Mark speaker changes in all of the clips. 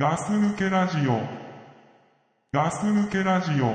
Speaker 1: ガス抜けラジオ。ガス抜けラジオ。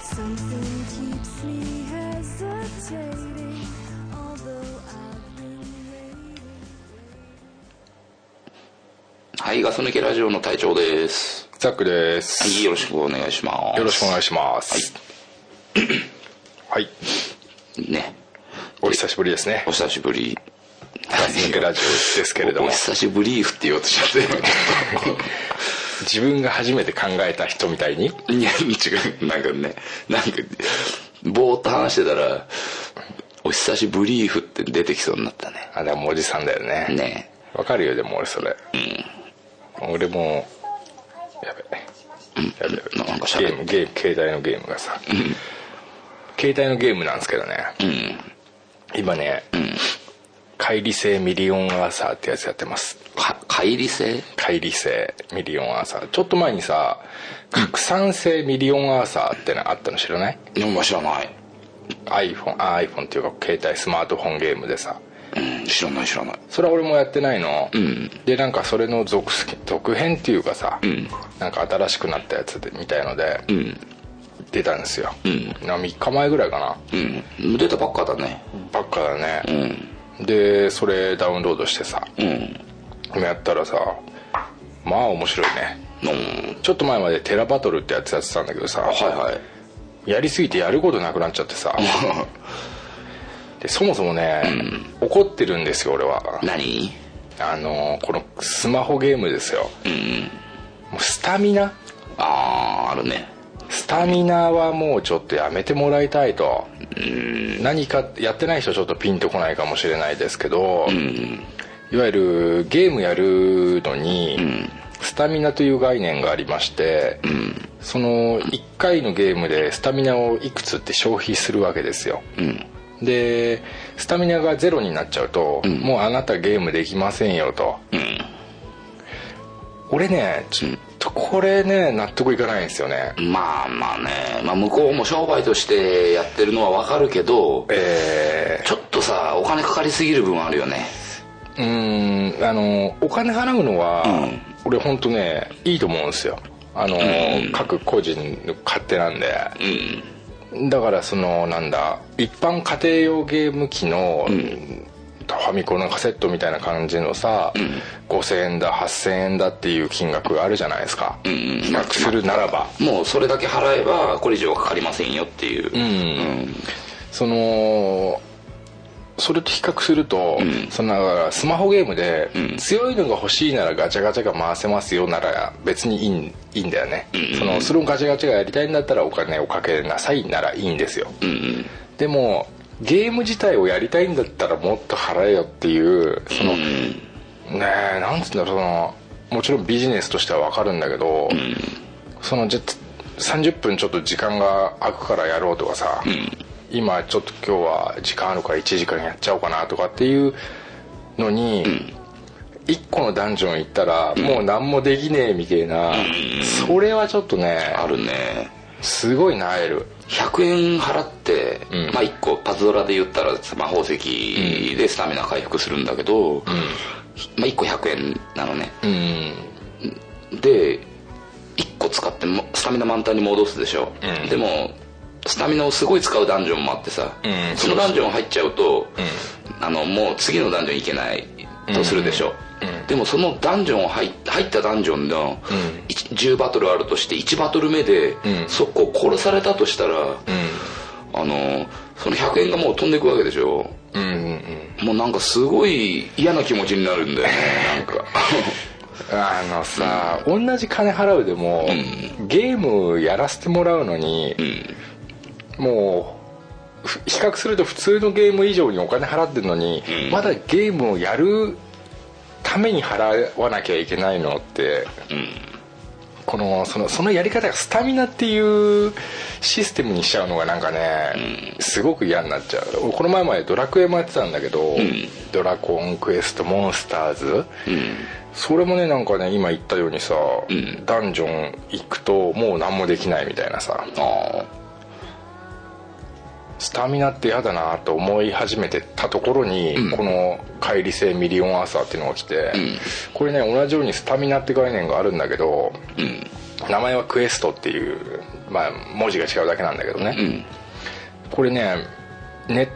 Speaker 2: Something keeps me hesitating, although I've been waiting.
Speaker 3: はい、ガス抜けラジオの隊長です。
Speaker 4: ザックで
Speaker 3: はい、
Speaker 4: す。
Speaker 3: よろしくお願いします。
Speaker 4: よろしくお願いします。はい。
Speaker 3: いね。
Speaker 4: お久しぶりですね
Speaker 3: お。久しぶり。ガ
Speaker 4: ス抜けラジオですけれども
Speaker 3: お久しぶりーって言おうとしちゃっ
Speaker 4: 自分が初めて考えた人みたいに、
Speaker 3: て。いや、違う。なんかね、なんか、ぼーっと話してたら、お久しぶりーって出てきそうになったね。
Speaker 4: あ、でもおじさんだよね。
Speaker 3: ね
Speaker 4: わかるよ、でも俺それ。俺も、やべ。やべ
Speaker 3: ななんか
Speaker 4: ゲ
Speaker 3: 喋
Speaker 4: ー
Speaker 3: っ
Speaker 4: ム、ゲーム、携帯のゲームがさ。携帯のゲームなんですけどね。今ね、乖離性ミリオンアーサーってやつやってます。
Speaker 3: か、乖離性
Speaker 4: 乖離性ミリオンアーサーちょっと前にさ拡散性ミリオンアーサーってのあったの知らない
Speaker 3: いや、知らない。
Speaker 4: iPhone あ iPhone っていうか携帯スマートフォンゲームでさ
Speaker 3: うん、知らない、知らない。
Speaker 4: それは俺もやってないの、
Speaker 3: ん
Speaker 4: でなんかそれの続続編っていうかさ、なんか新しくなったやつでみたいので、
Speaker 3: ん
Speaker 4: 出たんですよ、
Speaker 3: ん
Speaker 4: な3日前ぐらいかな
Speaker 3: うん、出たばっかだね。
Speaker 4: ばっかだ
Speaker 3: う
Speaker 4: ね、
Speaker 3: ん、
Speaker 4: でそれダウンロードしてさ
Speaker 3: うん、
Speaker 4: 今やったらさまあ面白いね
Speaker 3: うん。
Speaker 4: ちょっと前までテラバトルってやつやってたんだけどさ
Speaker 3: はい はい。
Speaker 4: やりすぎてやることなくなっちゃってさでそもそもね、怒ってるんですよ俺は
Speaker 3: 何
Speaker 4: あのこのスマホゲームですよ、もうスタミナ
Speaker 3: あー、あるね。
Speaker 4: スタミナはもうちょっとやめてもらいたいと、何かやってない人ちょっとピンとこないかもしれないですけど、いわゆるゲームやるのに、スタミナという概念がありまして、その1回のゲームでスタミナをいくつって消費するわけですよ、
Speaker 3: うん。
Speaker 4: でスタミナがゼロになっちゃうと、もうあなたゲームできませんよと、俺ねちょっとこれね納得いかないんですよね、
Speaker 3: まあまあね、まあ、向こうも商売としてやってるのはわかるけど
Speaker 4: え
Speaker 3: ちょっとさお金かかりすぎる分あるよね
Speaker 4: ーうーんあのお金払うのは、
Speaker 3: うん
Speaker 4: 俺本当ねいいと思うんですよあの、各個人の勝手なんで、
Speaker 3: うん
Speaker 4: だからそのなんだ一般家庭用ゲーム機の、ファミコンのカセットみたいな感じのさ、5000円だ8000円だっていう金額があるじゃないですか、
Speaker 3: んうん
Speaker 4: 比較するならば、
Speaker 3: もうそれだけ払えばこれ以上かかりませんよっていう
Speaker 4: うんそのそれと比較すると、そのだからスマホゲームで、強いのが欲しいならガチャガチャが回せますよなら別にいいんいいんだよね、そのそれをガチャガチャがやりたいんだったらお金をかけなさいならいいんですよ、
Speaker 3: うんうん
Speaker 4: でもゲーム自体をやりたいんだったらもっと払えよっていうその、ねえなんつうんだろうそのもちろんビジネスとしては分かるんだけど、そのじゃ30分ちょっと時間が空くからやろうとかさ、今ちょっと今日は時間あるから1時間やっちゃおうかなとかっていうのに、1個のダンジョン行ったらもう何もできねえみたいな、それはちょっとね
Speaker 3: あるね
Speaker 4: すごいなえる
Speaker 3: 100円払って、
Speaker 4: うん
Speaker 3: まあ1個パズドラで言ったら魔法石でスタミナ回復するんだけど、まあ1個100円なのね
Speaker 4: うん
Speaker 3: で1個使ってもスタミナ満タンに戻すでしょ、
Speaker 4: うん
Speaker 3: でもスタミナをすごい使うダンジョンもあってさ、
Speaker 4: うん
Speaker 3: そのダンジョン入っちゃうと、あのもう次のダンジョン行けないとするでしょ、でもそのダンジョン入っ入ったダンジョンの、一10バトルあるとして1バトル目で、
Speaker 4: ん
Speaker 3: そこを殺されたとしたら、あのその100円がもう飛んでいくわけでしょ
Speaker 4: うんうんうん
Speaker 3: もうなんかすごい嫌な気持ちになるんだよねなんか
Speaker 4: あのさ、同じ金払うでも、ゲームやらせてもらうのに、もうふ比較すると普通のゲーム以上にお金払ってるのに、
Speaker 3: うん
Speaker 4: まだゲームをやるために払わなきゃいけないのってこのそのそのやり方がスタミナっていうシステムにしちゃうのがなんかね、すごく嫌になっちゃうこの前までドラクエもやってたんだけど、
Speaker 3: ん
Speaker 4: ドラコンクエストモンスターズ
Speaker 3: うん
Speaker 4: それもねなんかね今言ったようにさ、
Speaker 3: ん
Speaker 4: ダンジョン行くともう何もできないみたいなさ
Speaker 3: あ
Speaker 4: スタミナって嫌だなと思い始めてたところに、この「乖離性ミリオンアーサー」っていうのが来て、
Speaker 3: ん
Speaker 4: これね同じようにスタミナって概念があるんだけど
Speaker 3: ーうん
Speaker 4: 名前はクエストっていう、まあ、文字が違うだけなんだけどね、
Speaker 3: うん
Speaker 4: これねネッ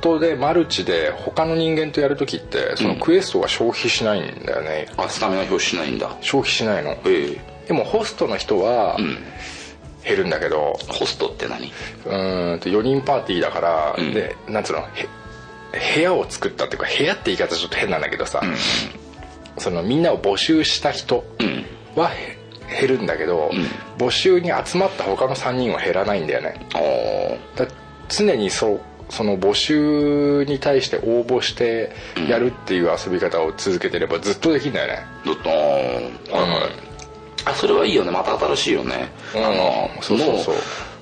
Speaker 4: トでマルチで他の人間とやるときってそのクエストが消費しないんだよね、
Speaker 3: あスタミナ表しないんだ
Speaker 4: 消費しないの
Speaker 3: ええ
Speaker 4: でもホストの人は
Speaker 3: ん
Speaker 4: 減るんだけど、
Speaker 3: ホストって何
Speaker 4: うーんと4人パーティーだから、
Speaker 3: ん
Speaker 4: でなんつうのへ部屋を作ったっていうか部屋って言い方ちょっと変なんだけどさ、そのみんなを募集した人
Speaker 3: うん
Speaker 4: はへ減るんだけど、募集に集まった他の3人は減らないんだよね
Speaker 3: ああ
Speaker 4: だ常にそうその募集に対して応募してやるっていう遊び方を続けてればずっとできるんだよね、
Speaker 3: どっとあそれはいいよねまた新しいよね、
Speaker 4: うん
Speaker 3: あの
Speaker 4: そうそうそう
Speaker 3: も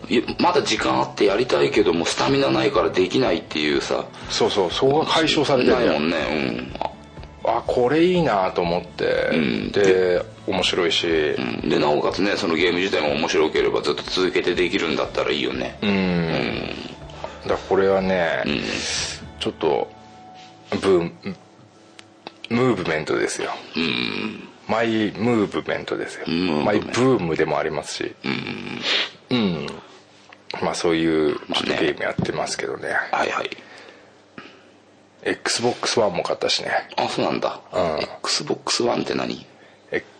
Speaker 3: ういまだ時間あってやりたいけどもスタミナないからできないっていうさ
Speaker 4: そうそうそこが解消されてる
Speaker 3: ない
Speaker 4: じゃん
Speaker 3: もんねうんあ
Speaker 4: あこれいいなと思って、
Speaker 3: ん
Speaker 4: で面白いし
Speaker 3: うんでなおかつねそのゲーム自体も面白ければずっと続けてできるんだったらいいよね
Speaker 4: うん、だからこれはね、ちょっとブームムーブメントですよ
Speaker 3: うん
Speaker 4: マイムーブメントですよ
Speaker 3: ムーブメント
Speaker 4: マイブームでもありますしうん、まあそういうちょっと
Speaker 3: まあね
Speaker 4: ゲームやってますけどね
Speaker 3: はいはい
Speaker 4: XBOX1 も買ったしね
Speaker 3: あそうなんだ、
Speaker 4: うん
Speaker 3: XBOX1 って何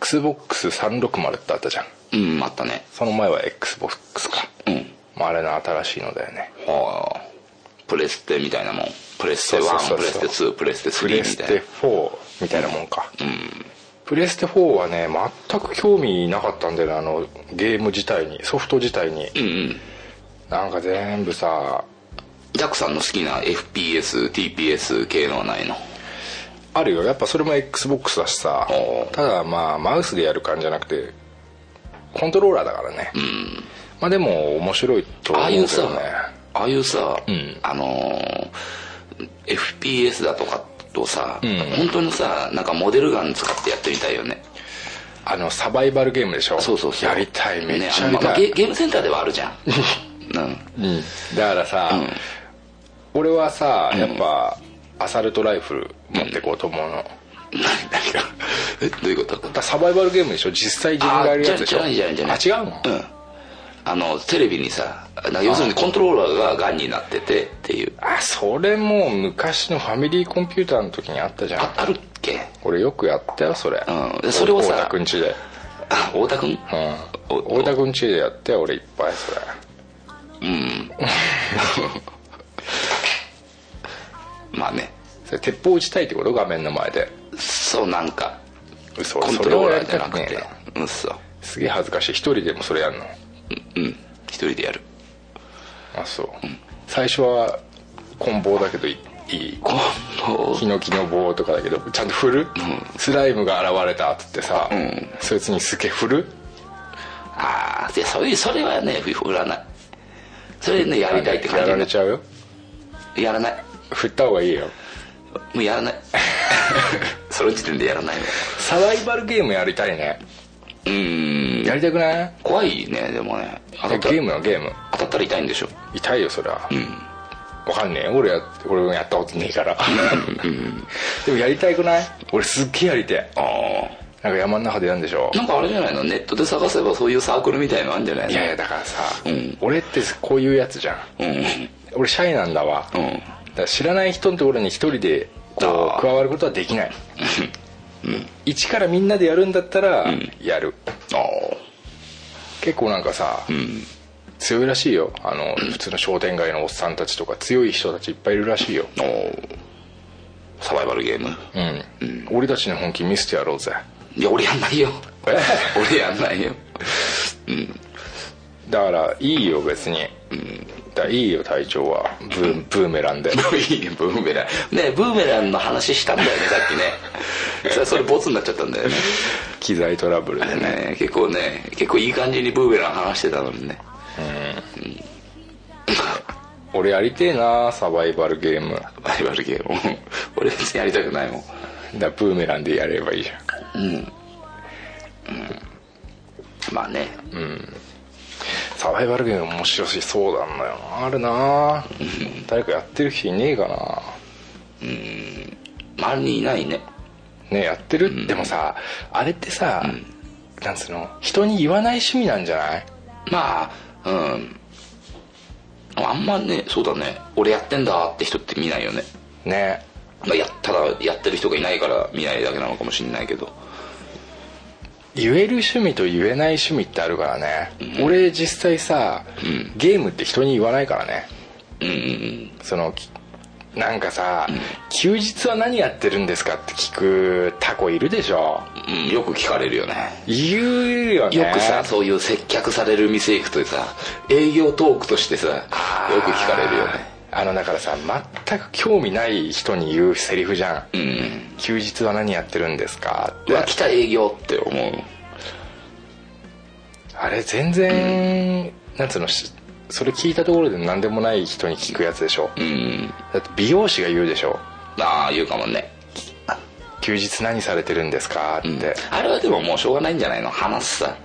Speaker 4: XBOX360 ってあったじゃん
Speaker 3: うんあったね
Speaker 4: その前は XBOX か、
Speaker 3: うん
Speaker 4: まあ、あれの新しいのだよね
Speaker 3: はあプレステみたいなもんプレステ1
Speaker 4: そうそうそうそう
Speaker 3: プレステ2プレステ3
Speaker 4: プ
Speaker 3: みたいな
Speaker 4: レステ4みたいなもんか、プレステ4はね全く興味なかったんだよねあのゲーム自体にソフト自体に、
Speaker 3: うんうん
Speaker 4: なんか全部さ
Speaker 3: ジャックさんの好きな FPS、TPS 系のはないの
Speaker 4: あるよやっぱそれも XBOX だしさ
Speaker 3: おう
Speaker 4: ただまあマウスでやる感じじゃなくてコントローラーだからね、まあでも面白いと
Speaker 3: ああ
Speaker 4: 思う
Speaker 3: い
Speaker 4: け
Speaker 3: うさ
Speaker 4: どね、
Speaker 3: ああいうさ、
Speaker 4: ん
Speaker 3: あのー FPS だとかとさ、
Speaker 4: ん
Speaker 3: 本当にさ、なんかモデルガン使ってやってみたいよね。
Speaker 4: あのサバイバルゲームでしょ
Speaker 3: そうそうそう。
Speaker 4: やりたいめっ
Speaker 3: ね
Speaker 4: ちゃやり
Speaker 3: あのまあ
Speaker 4: たい、
Speaker 3: ゲゲームセンターではある じゃん。うん。
Speaker 4: うん、だからさ、俺はさやっぱ、アサルトライフル持ってこうと思うの、
Speaker 3: 何何が、え、どういうこと
Speaker 4: だからサバイバルゲームでしょ実際自分がやるやつでしょ
Speaker 3: あ違う違う違う違う
Speaker 4: あ違うの、
Speaker 3: うん。あの、テレビにさ、なんか要するにコントローラーがガンになっててっていう。
Speaker 4: あそれもう昔のファミリーコンピューターの時にあったじゃ
Speaker 3: あ
Speaker 4: ん、
Speaker 3: あるっけ
Speaker 4: 俺よくやったよそれ、
Speaker 3: うんでそれをさ
Speaker 4: 大田くんちで
Speaker 3: あ太田くん
Speaker 4: う
Speaker 3: お
Speaker 4: ん大田くんちでやって俺いっぱいそれ
Speaker 3: まあね。
Speaker 4: それ鉄砲撃ちたいってこと画面の前で
Speaker 3: そう、なんか。
Speaker 4: 嘘
Speaker 3: コン
Speaker 4: そ
Speaker 3: ト
Speaker 4: れ
Speaker 3: ロー
Speaker 4: を
Speaker 3: ラ
Speaker 4: や
Speaker 3: ー
Speaker 4: り
Speaker 3: じゃ
Speaker 4: た
Speaker 3: な
Speaker 4: く
Speaker 3: く
Speaker 4: ねえ
Speaker 3: て
Speaker 4: な
Speaker 3: うんそう
Speaker 4: すげえ恥ずかしい一人でもそれやんの
Speaker 3: うん一人でやる
Speaker 4: あそう、最初は棍棒だけどいいいい
Speaker 3: この
Speaker 4: ヒノキの棒とかだけどちゃんと振る、スライムが現れたっつってさ、
Speaker 3: ん
Speaker 4: そいつにすげえ振る
Speaker 3: ああそういうそれはね振らないそれねやりたいって感じ
Speaker 4: やられちゃうよ
Speaker 3: やらない
Speaker 4: 振った方がいいよ
Speaker 3: もうやら ないその時点でやらないね
Speaker 4: サバイバルゲームやりたいね
Speaker 3: うーん
Speaker 4: やりたくない
Speaker 3: 怖いねでもね当
Speaker 4: い
Speaker 3: た
Speaker 4: や
Speaker 3: った
Speaker 4: ゲー
Speaker 3: ら
Speaker 4: ムよゲーム
Speaker 3: 当たったら痛いんでしょ
Speaker 4: 痛いよそりゃわかんねえ俺や俺もやったことねえから でもやりたくない俺すっげえやりてえ
Speaker 3: ああ
Speaker 4: なんか山の中でやるんでしょ
Speaker 3: なんかあれじゃないのネットで探せばそういうサークルみたいのあるんじゃないの
Speaker 4: いやいやだからさ、
Speaker 3: うん
Speaker 4: 俺ってこういうやつじゃん
Speaker 3: うん
Speaker 4: 俺シャイなんだわ、
Speaker 3: う
Speaker 4: だ
Speaker 3: ん
Speaker 4: から知らない人のところに一人でこ
Speaker 3: あー
Speaker 4: う加わることはできない、一からみんなでやるんだったらやる、
Speaker 3: ああ
Speaker 4: 結構なんかさ、
Speaker 3: ん
Speaker 4: 強いらしいよあの普通の商店街のおっさんたちとか強い人たちいっぱいいるらしいよ
Speaker 3: おーサバイバルゲーム
Speaker 4: うん、俺たちの本気見せてやろうぜ
Speaker 3: いや俺やんないよ俺やんないよ
Speaker 4: だからいいよ別に、だからいいよ隊長はブーブーメランで
Speaker 3: いいねブーメランねブーメランの話したんだよねさっきねそれそれボツになっちゃったんだよね
Speaker 4: 機材トラブルでね
Speaker 3: ね結構ね結構いい感じにブーメラン話してたのにね
Speaker 4: 俺やりてえなサバイバルゲームだか
Speaker 3: バイバルゲーム俺別にやりたくないもん
Speaker 4: らブーメランでやればいいじゃん
Speaker 3: まあね
Speaker 4: サバイバルゲーム面白いそうなんだよなあるな誰かやってる人いねえかな
Speaker 3: 周りにいないね
Speaker 4: ねやってる、でもさあれってさ、なんつうの人に言わない趣味なんじゃない
Speaker 3: まあうんあんまねそうだね俺やってんだって人って見ないよね、
Speaker 4: ね
Speaker 3: まあ、やただやってる人がいないから見ないだけなのかもしれないけど
Speaker 4: 言える趣味と言えない趣味ってあるからね、俺実際さ、ゲームって人に言わないからね
Speaker 3: うんうん
Speaker 4: そのきなんかさ、休日は何やってるんですか?」って聞くタコいるでしょ
Speaker 3: うんうんよく聞かれるよね
Speaker 4: 言うよね
Speaker 3: よくさそういう接客される店行くとさ営業トークとしてさよく聞かれるよね
Speaker 4: あのだからさ全く興味ない人に言うセリフじゃん、
Speaker 3: うん
Speaker 4: 休日は何やってるんですか?」っ
Speaker 3: う
Speaker 4: て
Speaker 3: わ来た営業って思う
Speaker 4: あれ全然、なんつうのしそれ聞いたところで何でもない人に聞くやつでしょ、
Speaker 3: うん
Speaker 4: だって美容師が言うでしょ
Speaker 3: ああ言うかもね
Speaker 4: 休日何されてるんですか?」って、
Speaker 3: あれはでももうしょうがないんじゃないの話すさ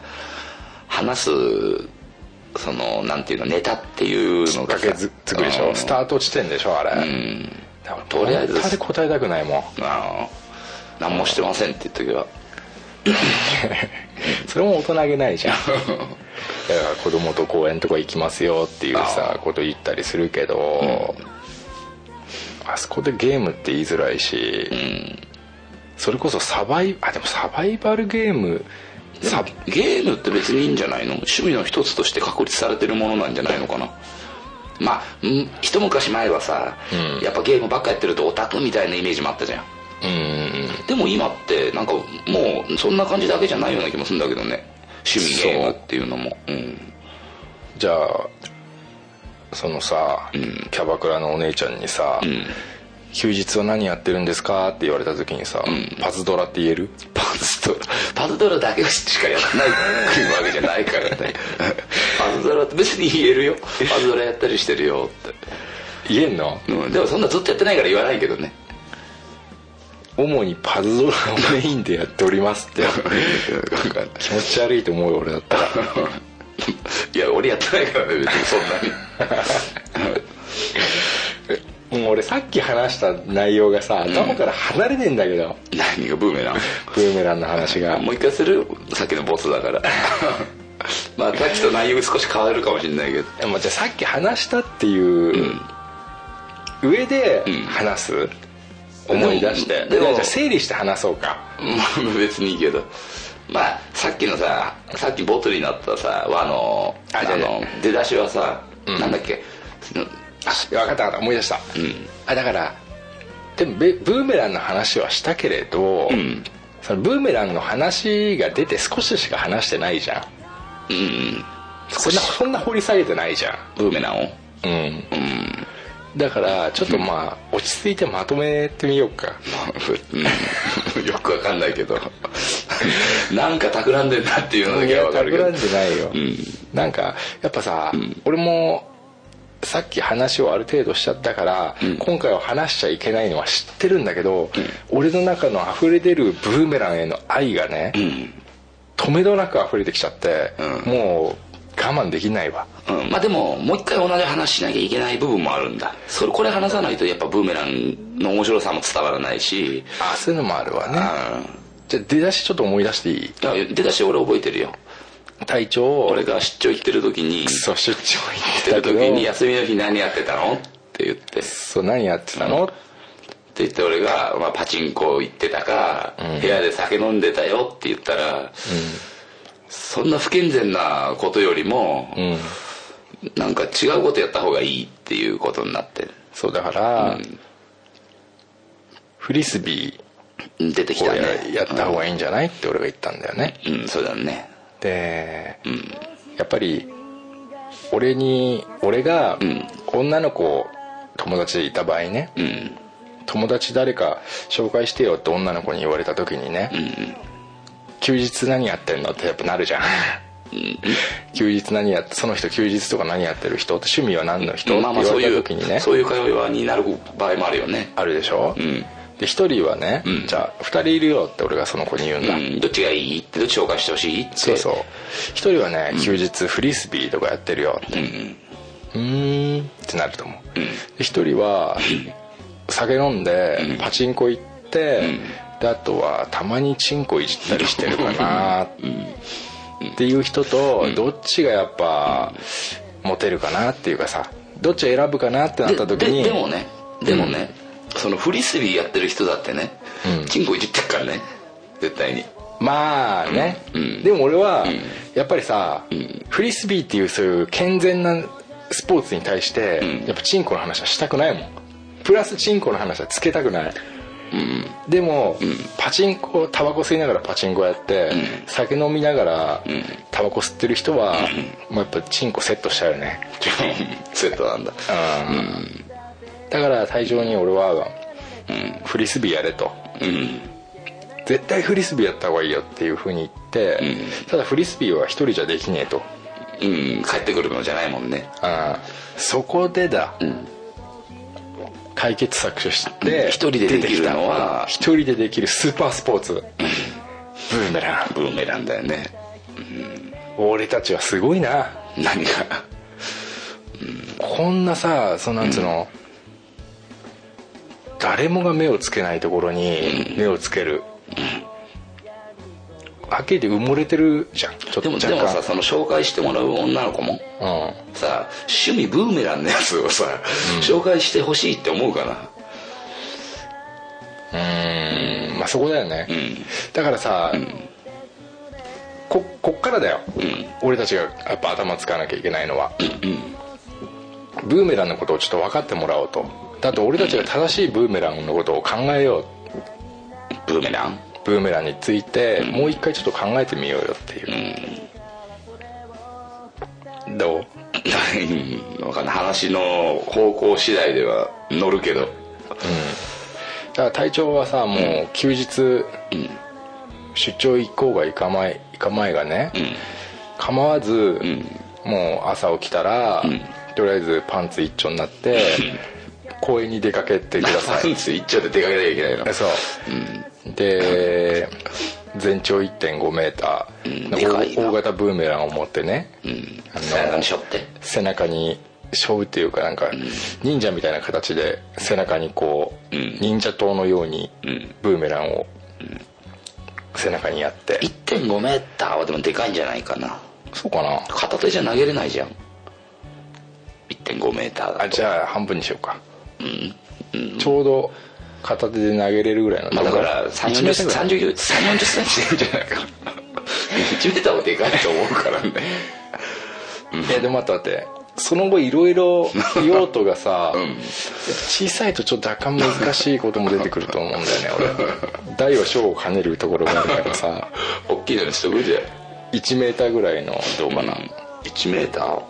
Speaker 3: 話すそのなんていうのネタっていうの
Speaker 4: か
Speaker 3: が
Speaker 4: けずつくでしょスタート地点でしょあ
Speaker 3: う
Speaker 4: れ、
Speaker 3: ん
Speaker 4: だから
Speaker 3: とりあえず
Speaker 4: 本当に答えたくないもん
Speaker 3: あの何もしてませんって言う時は
Speaker 4: それも大人げないじゃん だから子供と公園とか行きますよっていうさこと言ったりするけど、あそこでゲームって言いづらいし、それこそサバイあでもサバイバルゲーム
Speaker 3: でも
Speaker 4: さ
Speaker 3: ゲームって別にいいんじゃないの趣味の一つとして確立されてるものなんじゃないのかなまあん一昔前はさ、やっぱゲームばっかやってるとオタクみたいなイメージもあったじゃん
Speaker 4: うん
Speaker 3: でも今ってなんかもうそんな感じだけじゃないような気もするんだけどね趣味ゲームっていうのもうん
Speaker 4: じゃあそのさ、キャバクラのお姉ちゃんにさ、休日は何やってるんですか?」って言われた時にさ、パズドラって言える
Speaker 3: パズドラパズドラだけしかやらないわけじゃないから ねパズドラって別に言えるよパズドラやったりしてるよっ
Speaker 4: 言えんの
Speaker 3: て、うん、でもそんなずっとやってないから言わないけ どね
Speaker 4: 主にパズドラをメインでやっておりますって気持ち悪いと思うよ俺だったら
Speaker 3: いや俺やってないからね別にそんなに
Speaker 4: もう俺さっき話した内容がさ頭から離れねえんだけど、
Speaker 3: 何がブーメラン
Speaker 4: ブーメランの話が
Speaker 3: もう一回するさっきのボツだから まあさっきと内容少し変わるかもしれないけど
Speaker 4: でもじゃあさっき話したっていう、上で話す、思い出して
Speaker 3: でも
Speaker 4: じゃあじゃあ整理して話そうか
Speaker 3: まあ別にいいけどまあさっきのささっきボトルになったさあの
Speaker 4: あ
Speaker 3: あ
Speaker 4: じゃあじゃあ
Speaker 3: の出だしはさ、なんだっけうんあ
Speaker 4: 分かった分かった思い出した、
Speaker 3: ん
Speaker 4: あだからでもベブーメランの話はしたけれど、
Speaker 3: ん
Speaker 4: そのブーメランの話が出て少ししか話してないじゃん
Speaker 3: うんうん
Speaker 4: そんなそんな掘り下げてないじゃん
Speaker 3: ブーメランを
Speaker 4: うん、だからちょっとまあ、落ち着いてまとめてみようか
Speaker 3: うんよくわかんないけどなんか企んでんなっていうのだけはわかるけど
Speaker 4: 企んでないよ、なんかやっぱさ、俺もさっき話をある程度しちゃったから、今回は話しちゃいけないのは知ってるんだけど、俺の中の溢れ出るブーメランへの愛がね、止めどなく溢れてきちゃって、
Speaker 3: うん
Speaker 4: もう我慢できないわ
Speaker 3: うん、まあでももう一回同じ話しなきゃいけない部分もあるんだそれこれ話さないとやっぱブーメランの面白さも伝わらないし
Speaker 4: あそういうのもあるわね
Speaker 3: う
Speaker 4: じゃあ出だしちょっと思い出していい
Speaker 3: んいや出だし俺覚えてるよ
Speaker 4: 隊長
Speaker 3: 俺が出張行ってる時に
Speaker 4: クソ出張
Speaker 3: って
Speaker 4: 行
Speaker 3: る
Speaker 4: ってたけ
Speaker 3: 時に
Speaker 4: ど
Speaker 3: 休みの日何やってたのって言ってって
Speaker 4: そう何やってたの、
Speaker 3: 言って俺が、まあ、パチンコ行ってたか、部屋で酒飲んでたよって言ったら、そんな不健全なことよりも、
Speaker 4: うん
Speaker 3: なんか違うことやった方がいいっていうことになって
Speaker 4: そうだから、フリスビー
Speaker 3: 出てきた
Speaker 4: こう
Speaker 3: ね
Speaker 4: ややった方がいいんじゃないって俺が言ったんだよね
Speaker 3: うんそうだね
Speaker 4: で、やっぱり俺に俺が女の子友達でいた場合ね、
Speaker 3: うん
Speaker 4: 友達誰か紹介してよって女の子に言われた時にね、休日何やってんのってやっぱなるじゃん 休日何やってその人休日とか何やってる人って趣味は何の人って
Speaker 3: まあま
Speaker 4: 言
Speaker 3: あそ
Speaker 4: わ
Speaker 3: う
Speaker 4: れ
Speaker 3: い
Speaker 4: た
Speaker 3: う
Speaker 4: 時にね
Speaker 3: そういう会話になる場合もあるよね
Speaker 4: あるでしょ、
Speaker 3: ん
Speaker 4: で一人はね、
Speaker 3: ん
Speaker 4: じゃあ2人いるよって俺がその子に言うんだ、
Speaker 3: うんどっちがいいってどっち紹介してほしいって
Speaker 4: そうそう一人はね休日フリスビーとかやってるよってうーんってなると思うで一人は酒飲んでパチンコ行ってであとはたまにチンコいじったりしてるかなっていう人とどっちがやっぱモテるかなっていうかさどっち選ぶかなってなった時に
Speaker 3: でででもねでもね、そのフリスビーやってる人だってね、チンコいじってっからね絶対に
Speaker 4: まあね、でも俺はやっぱりさ、フリスビーっていうそういう健全なスポーツに対して、やっぱチンコの話はしたくないもんプラスチンコの話はつけたくない、でも、パチンコタバコ吸いながらパチンコやって、酒飲みながら、タバコ吸ってる人は、もうやっぱチンコセットしちゃうよね
Speaker 3: セットなんだ
Speaker 4: だから退場に俺は、フリスビーやれと、絶対フリスビーやった方がいいよっていうふうに言って、ただフリスビーは一人じゃできねえと
Speaker 3: うん帰ってくるのじゃないもんね
Speaker 4: あーそこでだ、解決策として
Speaker 3: うん一人でできるのは
Speaker 4: 出てきた一人でできるスーパースポーツ、ブーメラン
Speaker 3: ブーメランだよね
Speaker 4: 俺たちはすごいな
Speaker 3: 何が
Speaker 4: こんなさそのなんつうの、誰もが目をつけないところに目をつける、はっきり言って埋もれてるじゃんちょ
Speaker 3: で
Speaker 4: っと
Speaker 3: も
Speaker 4: 若
Speaker 3: で
Speaker 4: 干
Speaker 3: もさその紹介してもらう女の子も
Speaker 4: うん
Speaker 3: さ趣味ブーメランのやつをさ、紹介してほしいって思うかな
Speaker 4: うんまあそこだよね、だからさ、ここっからだよ、俺たちがやっぱ頭使わなきゃいけないのは、ブーメランのことをちょっと分かってもらおうとだって俺たちが正しいブーメランのことを考えよう
Speaker 3: ブーメラン
Speaker 4: ブーメランについてもう一回ちょっと考えてみようよってい う、どう
Speaker 3: 分かんない話の方向次第では乗る けど
Speaker 4: だから隊長はさもう休日、出張行こうが行かまい行かまいがね、構わず、もう朝起きたら、とりあえずパンツ一丁になって、公園に出かけてくださ
Speaker 3: パ
Speaker 4: い
Speaker 3: ンツ一丁で出かけなきゃいけない の
Speaker 4: そう、で全長1 5メータ
Speaker 3: う
Speaker 4: ー
Speaker 3: ん
Speaker 4: なん
Speaker 3: でかいな
Speaker 4: 大大型ブーメランを持ってね、あの
Speaker 3: 背中にしょって
Speaker 4: 背中に背負うっていうかなんか忍者みたいな形で背中にこう
Speaker 3: うん
Speaker 4: 忍者刀のように
Speaker 3: ん
Speaker 4: ブーメランを背中にやって
Speaker 3: 1 5メーターはでもでかいんじゃないかな
Speaker 4: そうかな
Speaker 3: 片手じゃ投げれないじゃん1 5メーターだと
Speaker 4: あじゃあ半分にしようか
Speaker 3: うん
Speaker 4: ちょうど片手で投げれるぐらいの
Speaker 3: まあだから
Speaker 4: 1
Speaker 3: 3 4 0
Speaker 4: メーターぐらい
Speaker 3: センチでいいんじゃないか1メーターもでかいと思うからね
Speaker 4: いやでも待って待ってその後いろいろ用途がさ、小さいとちょっと若干難しいことも出てくると思うんだよね俺大は小を兼ねるところがあるからさ
Speaker 3: 大きいのにしとくじゃん
Speaker 4: 1メーターぐらいのどうかな、
Speaker 3: 1メーター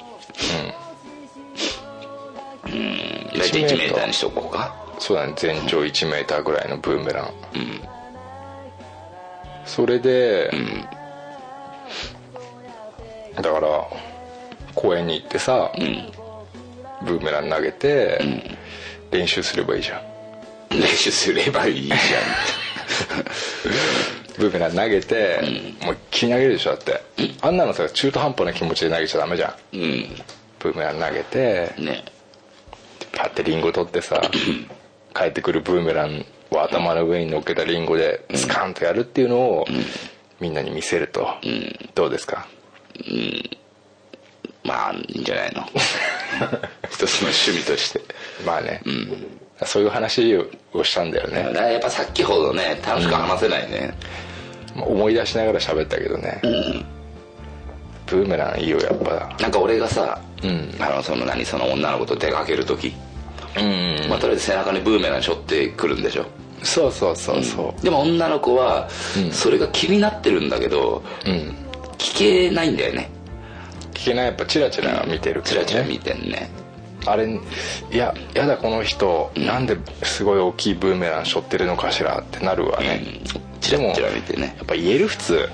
Speaker 3: うん大体1メーターにしとこうか
Speaker 4: そうだね全長1メーターぐらいのブーメラン、それで、だから公園に行ってさ、ブーメラン投げて、練習すればいいじゃん
Speaker 3: 練習すればいい じゃん
Speaker 4: ブーメラン投げて、もう気に投げるでしょだって、あんなのさ中途半端な気持ちで投げちゃダメじゃん
Speaker 3: う
Speaker 4: ブーメラン投げて
Speaker 3: んね
Speaker 4: パッてリンゴ取っ てさ帰ってくるブーメランを頭の上に乗っけたリンゴでスカンとやるっていうのをみんなに見せると、どうですか
Speaker 3: まあいいんじゃないの一つの趣味として
Speaker 4: まあね、そういう話をしたんだよ
Speaker 3: だ
Speaker 4: ね、
Speaker 3: からやっぱさっきほどね楽しく話せないね、
Speaker 4: まあ思い出しながら喋ったけどね、ブーメランいいよやっぱ
Speaker 3: なんか俺がさ、
Speaker 4: ん
Speaker 3: あのその何その女の子と出かける時、
Speaker 4: うん
Speaker 3: まあ、とりあえず背中にブーメランしょってくるんでしょ
Speaker 4: そうそうそうそ
Speaker 3: でも女の子は
Speaker 4: うん
Speaker 3: それが気になってるんだけど
Speaker 4: ううん
Speaker 3: 聞けないんだよね
Speaker 4: 聞けないやっぱチラチラ見てるけ
Speaker 3: チ
Speaker 4: ど
Speaker 3: ラ
Speaker 4: ね
Speaker 3: チラ見てんね
Speaker 4: あれいややだこの人なんですごい大きいブーメラン背負ってるのかしらってなるわね、
Speaker 3: うんチラチラ見てね
Speaker 4: やっぱ言える普通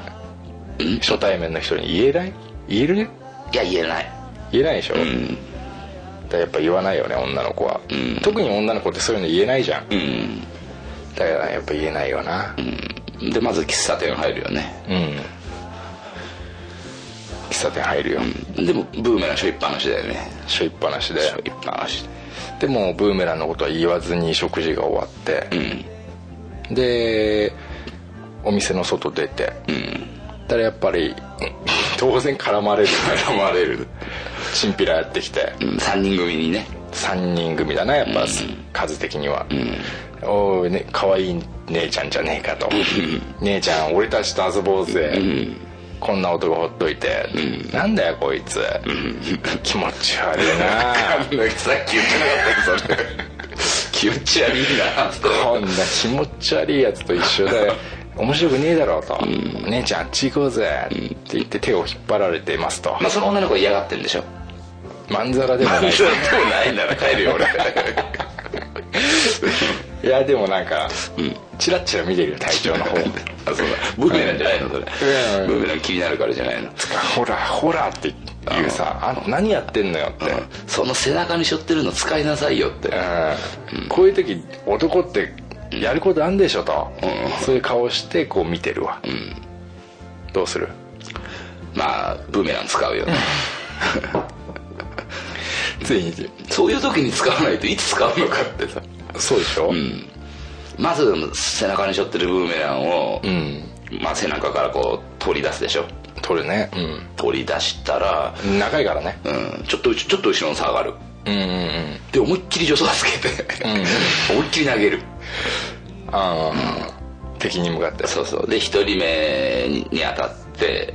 Speaker 3: うん
Speaker 4: 初対面の人に言えない言えるね
Speaker 3: いや言えない
Speaker 4: 言えないでしょ、
Speaker 3: うん
Speaker 4: だからやっぱ言わないよね女の子は、
Speaker 3: ん
Speaker 4: 特に女の子ってそういうの言えないじゃんだ
Speaker 3: うん
Speaker 4: からやっぱ言えないよな
Speaker 3: うんでまず喫茶店入るよね
Speaker 4: うん、喫茶店入るよ、
Speaker 3: うんでもブーメランしょいっぱなしだよね
Speaker 4: しょいっぱなしで
Speaker 3: しょいっぱなし
Speaker 4: でもブーメランのことは言わずに食事が終わって、
Speaker 3: うん
Speaker 4: でお店の外出て、たらやっぱり当然絡まれる絡まれるチンピラやってきて
Speaker 3: うん3人組にね
Speaker 4: 3人組だなやっぱ、数的には、おいね可愛い姉ちゃんじゃねえかと姉ちゃん俺たちと遊ぼうぜ、こんな男ほっといて、なんだよこいつ、気持ち悪いな
Speaker 3: あんなさっき言ってなかったそれ気持ち悪いなって
Speaker 4: こんな気持ち悪いやつと一緒で 面白くねえだろうと、姉ちゃんあっち行こうぜって言って手を引っ張られていますと、
Speaker 3: まあその女の子は嫌がってんでしょ
Speaker 4: まんざらでも
Speaker 3: そ
Speaker 4: な
Speaker 3: う
Speaker 4: い
Speaker 3: でもないなら帰るよ俺
Speaker 4: いやでもなんか、チラッチラ見てるよ隊長の
Speaker 3: あ
Speaker 4: 方
Speaker 3: そうだブーメランじゃないのそれ
Speaker 4: メラン
Speaker 3: ブーメラン気になるからじゃないの
Speaker 4: ほらほらって言うさあんた何やってんのよって、うん
Speaker 3: その背中に背負ってるの使いなさいよって
Speaker 4: こういう時男ってやることあんでしょと、そういう顔してこう見てるわ、どうする
Speaker 3: まあブーメラン使うよね
Speaker 4: ついに
Speaker 3: そういう時に使わないといつ使うのかってさ
Speaker 4: そうでしょ、
Speaker 3: まず背中に背負ってるブーメランを、
Speaker 4: ん
Speaker 3: まあ、背中からこう取り出すでしょ
Speaker 4: 取るね、
Speaker 3: 取り出したら、
Speaker 4: うん、長いからね
Speaker 3: うん、ちょっとうちちょっと後ろに下がる
Speaker 4: うんうんうん
Speaker 3: で思いっきり助走つけて、思いっきり投げる
Speaker 4: ああ、敵に向かって
Speaker 3: そうそうで1人目にに当たって、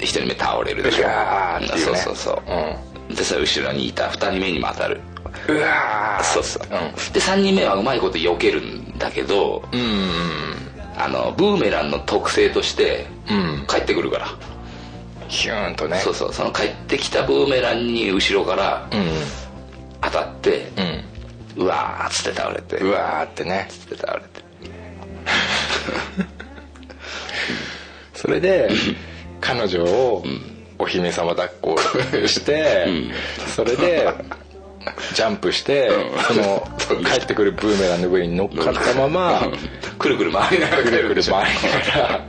Speaker 3: 一1人目倒れるでしょ
Speaker 4: ガーっていうね
Speaker 3: そうそう
Speaker 4: う
Speaker 3: そう、でそれ後ろにいた2人目にも当たる
Speaker 4: んうわー
Speaker 3: そうそう、
Speaker 4: ん
Speaker 3: で3人目はうまいこと避けるんだけど、あのブーメランの特性として、
Speaker 4: うん
Speaker 3: 帰ってくるから、
Speaker 4: ヒューンとね
Speaker 3: そうそうその帰ってきたブーメランに後ろから
Speaker 4: うん
Speaker 3: 当たって、
Speaker 4: うん
Speaker 3: うわーっつって倒れて
Speaker 4: う
Speaker 3: っ
Speaker 4: わーってね
Speaker 3: つって倒れて
Speaker 4: それ で彼女をお姫様抱っこして、それ でジャンプして、その帰ってくるブーメランの上に乗っかったまま
Speaker 3: くるくる回りながら
Speaker 4: ぐ
Speaker 3: 帰
Speaker 4: るぐ
Speaker 3: る
Speaker 4: る
Speaker 3: でしょ
Speaker 4: 回りながら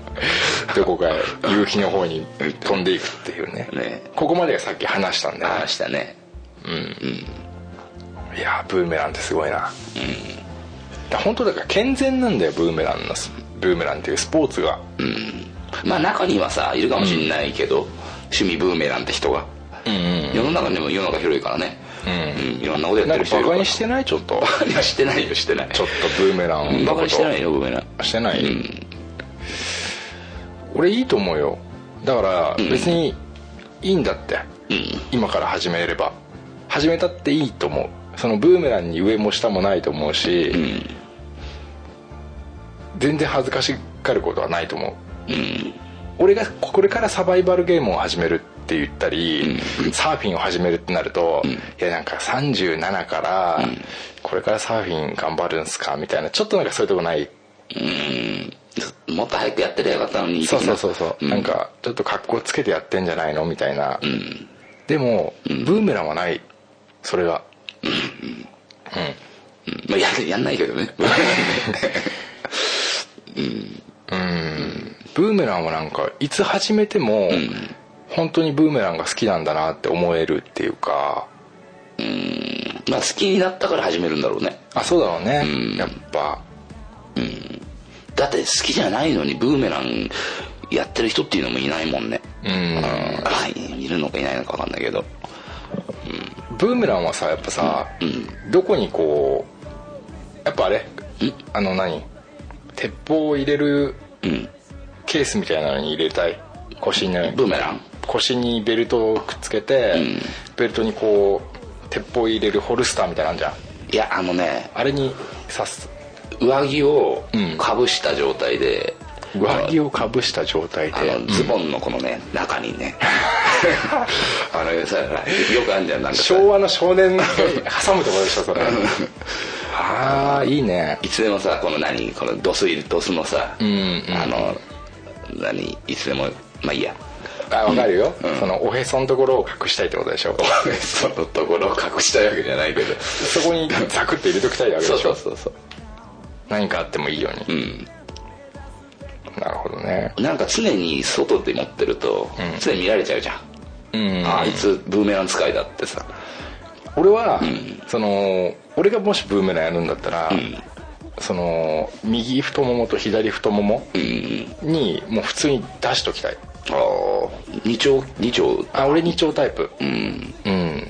Speaker 4: どこかへ夕日の方に飛んでいくっていうね
Speaker 3: ね
Speaker 4: ここまでがさっき話したんだよね
Speaker 3: 回したね
Speaker 4: いやーブーメランってすごいな、うん、本当だから健全なんだよブーメランのスブーメランっていうスポーツが
Speaker 3: まあ中にはさいるかもしんないけど、趣味ブーメランって人が、
Speaker 4: うんうん
Speaker 3: 世の中でも世の中広いからねうん、いろんなことやっ
Speaker 4: な
Speaker 3: て
Speaker 4: ん
Speaker 3: る
Speaker 4: か
Speaker 3: 人い
Speaker 4: バ
Speaker 3: るか
Speaker 4: カ
Speaker 3: ら
Speaker 4: にして ないちょっと
Speaker 3: バカにはしてないよしてない
Speaker 4: ちょっとブーメラン
Speaker 3: バカにしてないいよブーメラン
Speaker 4: してない、
Speaker 3: うん
Speaker 4: 俺いいと思うよだから
Speaker 3: ん
Speaker 4: 別にいいんだって、
Speaker 3: うん
Speaker 4: 今から始めれば始めたっていいと思うそのブーメランに上も下もないと思うし、
Speaker 3: うん
Speaker 4: 全然恥ずかしがることはないと思う、俺がこれからサバイバルゲームを始めるって言ったり、サーフィンを始めるってなると、いやなんか37からこれからサーフィン頑張るんすかみたいなちょっとなんかそういうとこない
Speaker 3: うんもっと早くやってりゃよかったのに
Speaker 4: そうそうそうそう、なんかちょっと格好つけてやってんじゃないのみたいな、でも、ブーメランはないそれが
Speaker 3: うんまあ、ややんないけど ね
Speaker 4: ブーメランはなんかいつ始めても、本当にブーメランが好きなんだなって思えるっていうか
Speaker 3: まあ好きになったから始めるんだろうね
Speaker 4: あそうだろうね、
Speaker 3: うん
Speaker 4: やっぱ
Speaker 3: だって好きじゃないのにブーメランやってる人っていうのもいないもんね
Speaker 4: う
Speaker 3: うん
Speaker 4: ん
Speaker 3: いるのかいないのか分かんないけど
Speaker 4: ブーメランはさやっぱさ、どこにこうやっぱあれあの何鉄砲を入れる
Speaker 3: うん
Speaker 4: ケースみたいなのに入れたい腰に
Speaker 3: ブーメラン
Speaker 4: 腰にベルトをくっつけて、ベルトにこう鉄砲を入れるホルスターみたいなんじゃん
Speaker 3: いやあのね
Speaker 4: あれに刺す
Speaker 3: 上着を
Speaker 4: うん
Speaker 3: かぶした状態で、
Speaker 4: 上着をかぶした状態
Speaker 3: あ
Speaker 4: で
Speaker 3: のズボンのこのね、中に ねあのさよくあるじゃんなんかさ
Speaker 4: 昭和の少年に挟むところでしょそれああいいね
Speaker 3: いつでもさこの何このドスイドスのさ、
Speaker 4: んうん
Speaker 3: あの何いつでもまあいいや
Speaker 4: あわかるよ、
Speaker 3: うん
Speaker 4: そのおへそのところを隠したいってことでしょ
Speaker 3: そのところを隠したいわけじゃないけど
Speaker 4: そこにザクッと入れときたいわけ
Speaker 3: そ
Speaker 4: で
Speaker 3: う
Speaker 4: し
Speaker 3: そう
Speaker 4: ょ
Speaker 3: そうそう
Speaker 4: 何かあってもいいように
Speaker 3: うん
Speaker 4: なるほどね
Speaker 3: なんか常に外で持ってると、
Speaker 4: うん
Speaker 3: 常に見られちゃうじゃん、
Speaker 4: うん
Speaker 3: あいつブーメラン使いだってさ
Speaker 4: 俺は、
Speaker 3: ん
Speaker 4: その俺がもしブーメランやるんだったら、
Speaker 3: うん
Speaker 4: その右太ももと左太もも
Speaker 3: うん
Speaker 4: にもう普通に出しときたい
Speaker 3: ああ二丁二丁
Speaker 4: あ俺二丁タイプ
Speaker 3: うん
Speaker 4: うん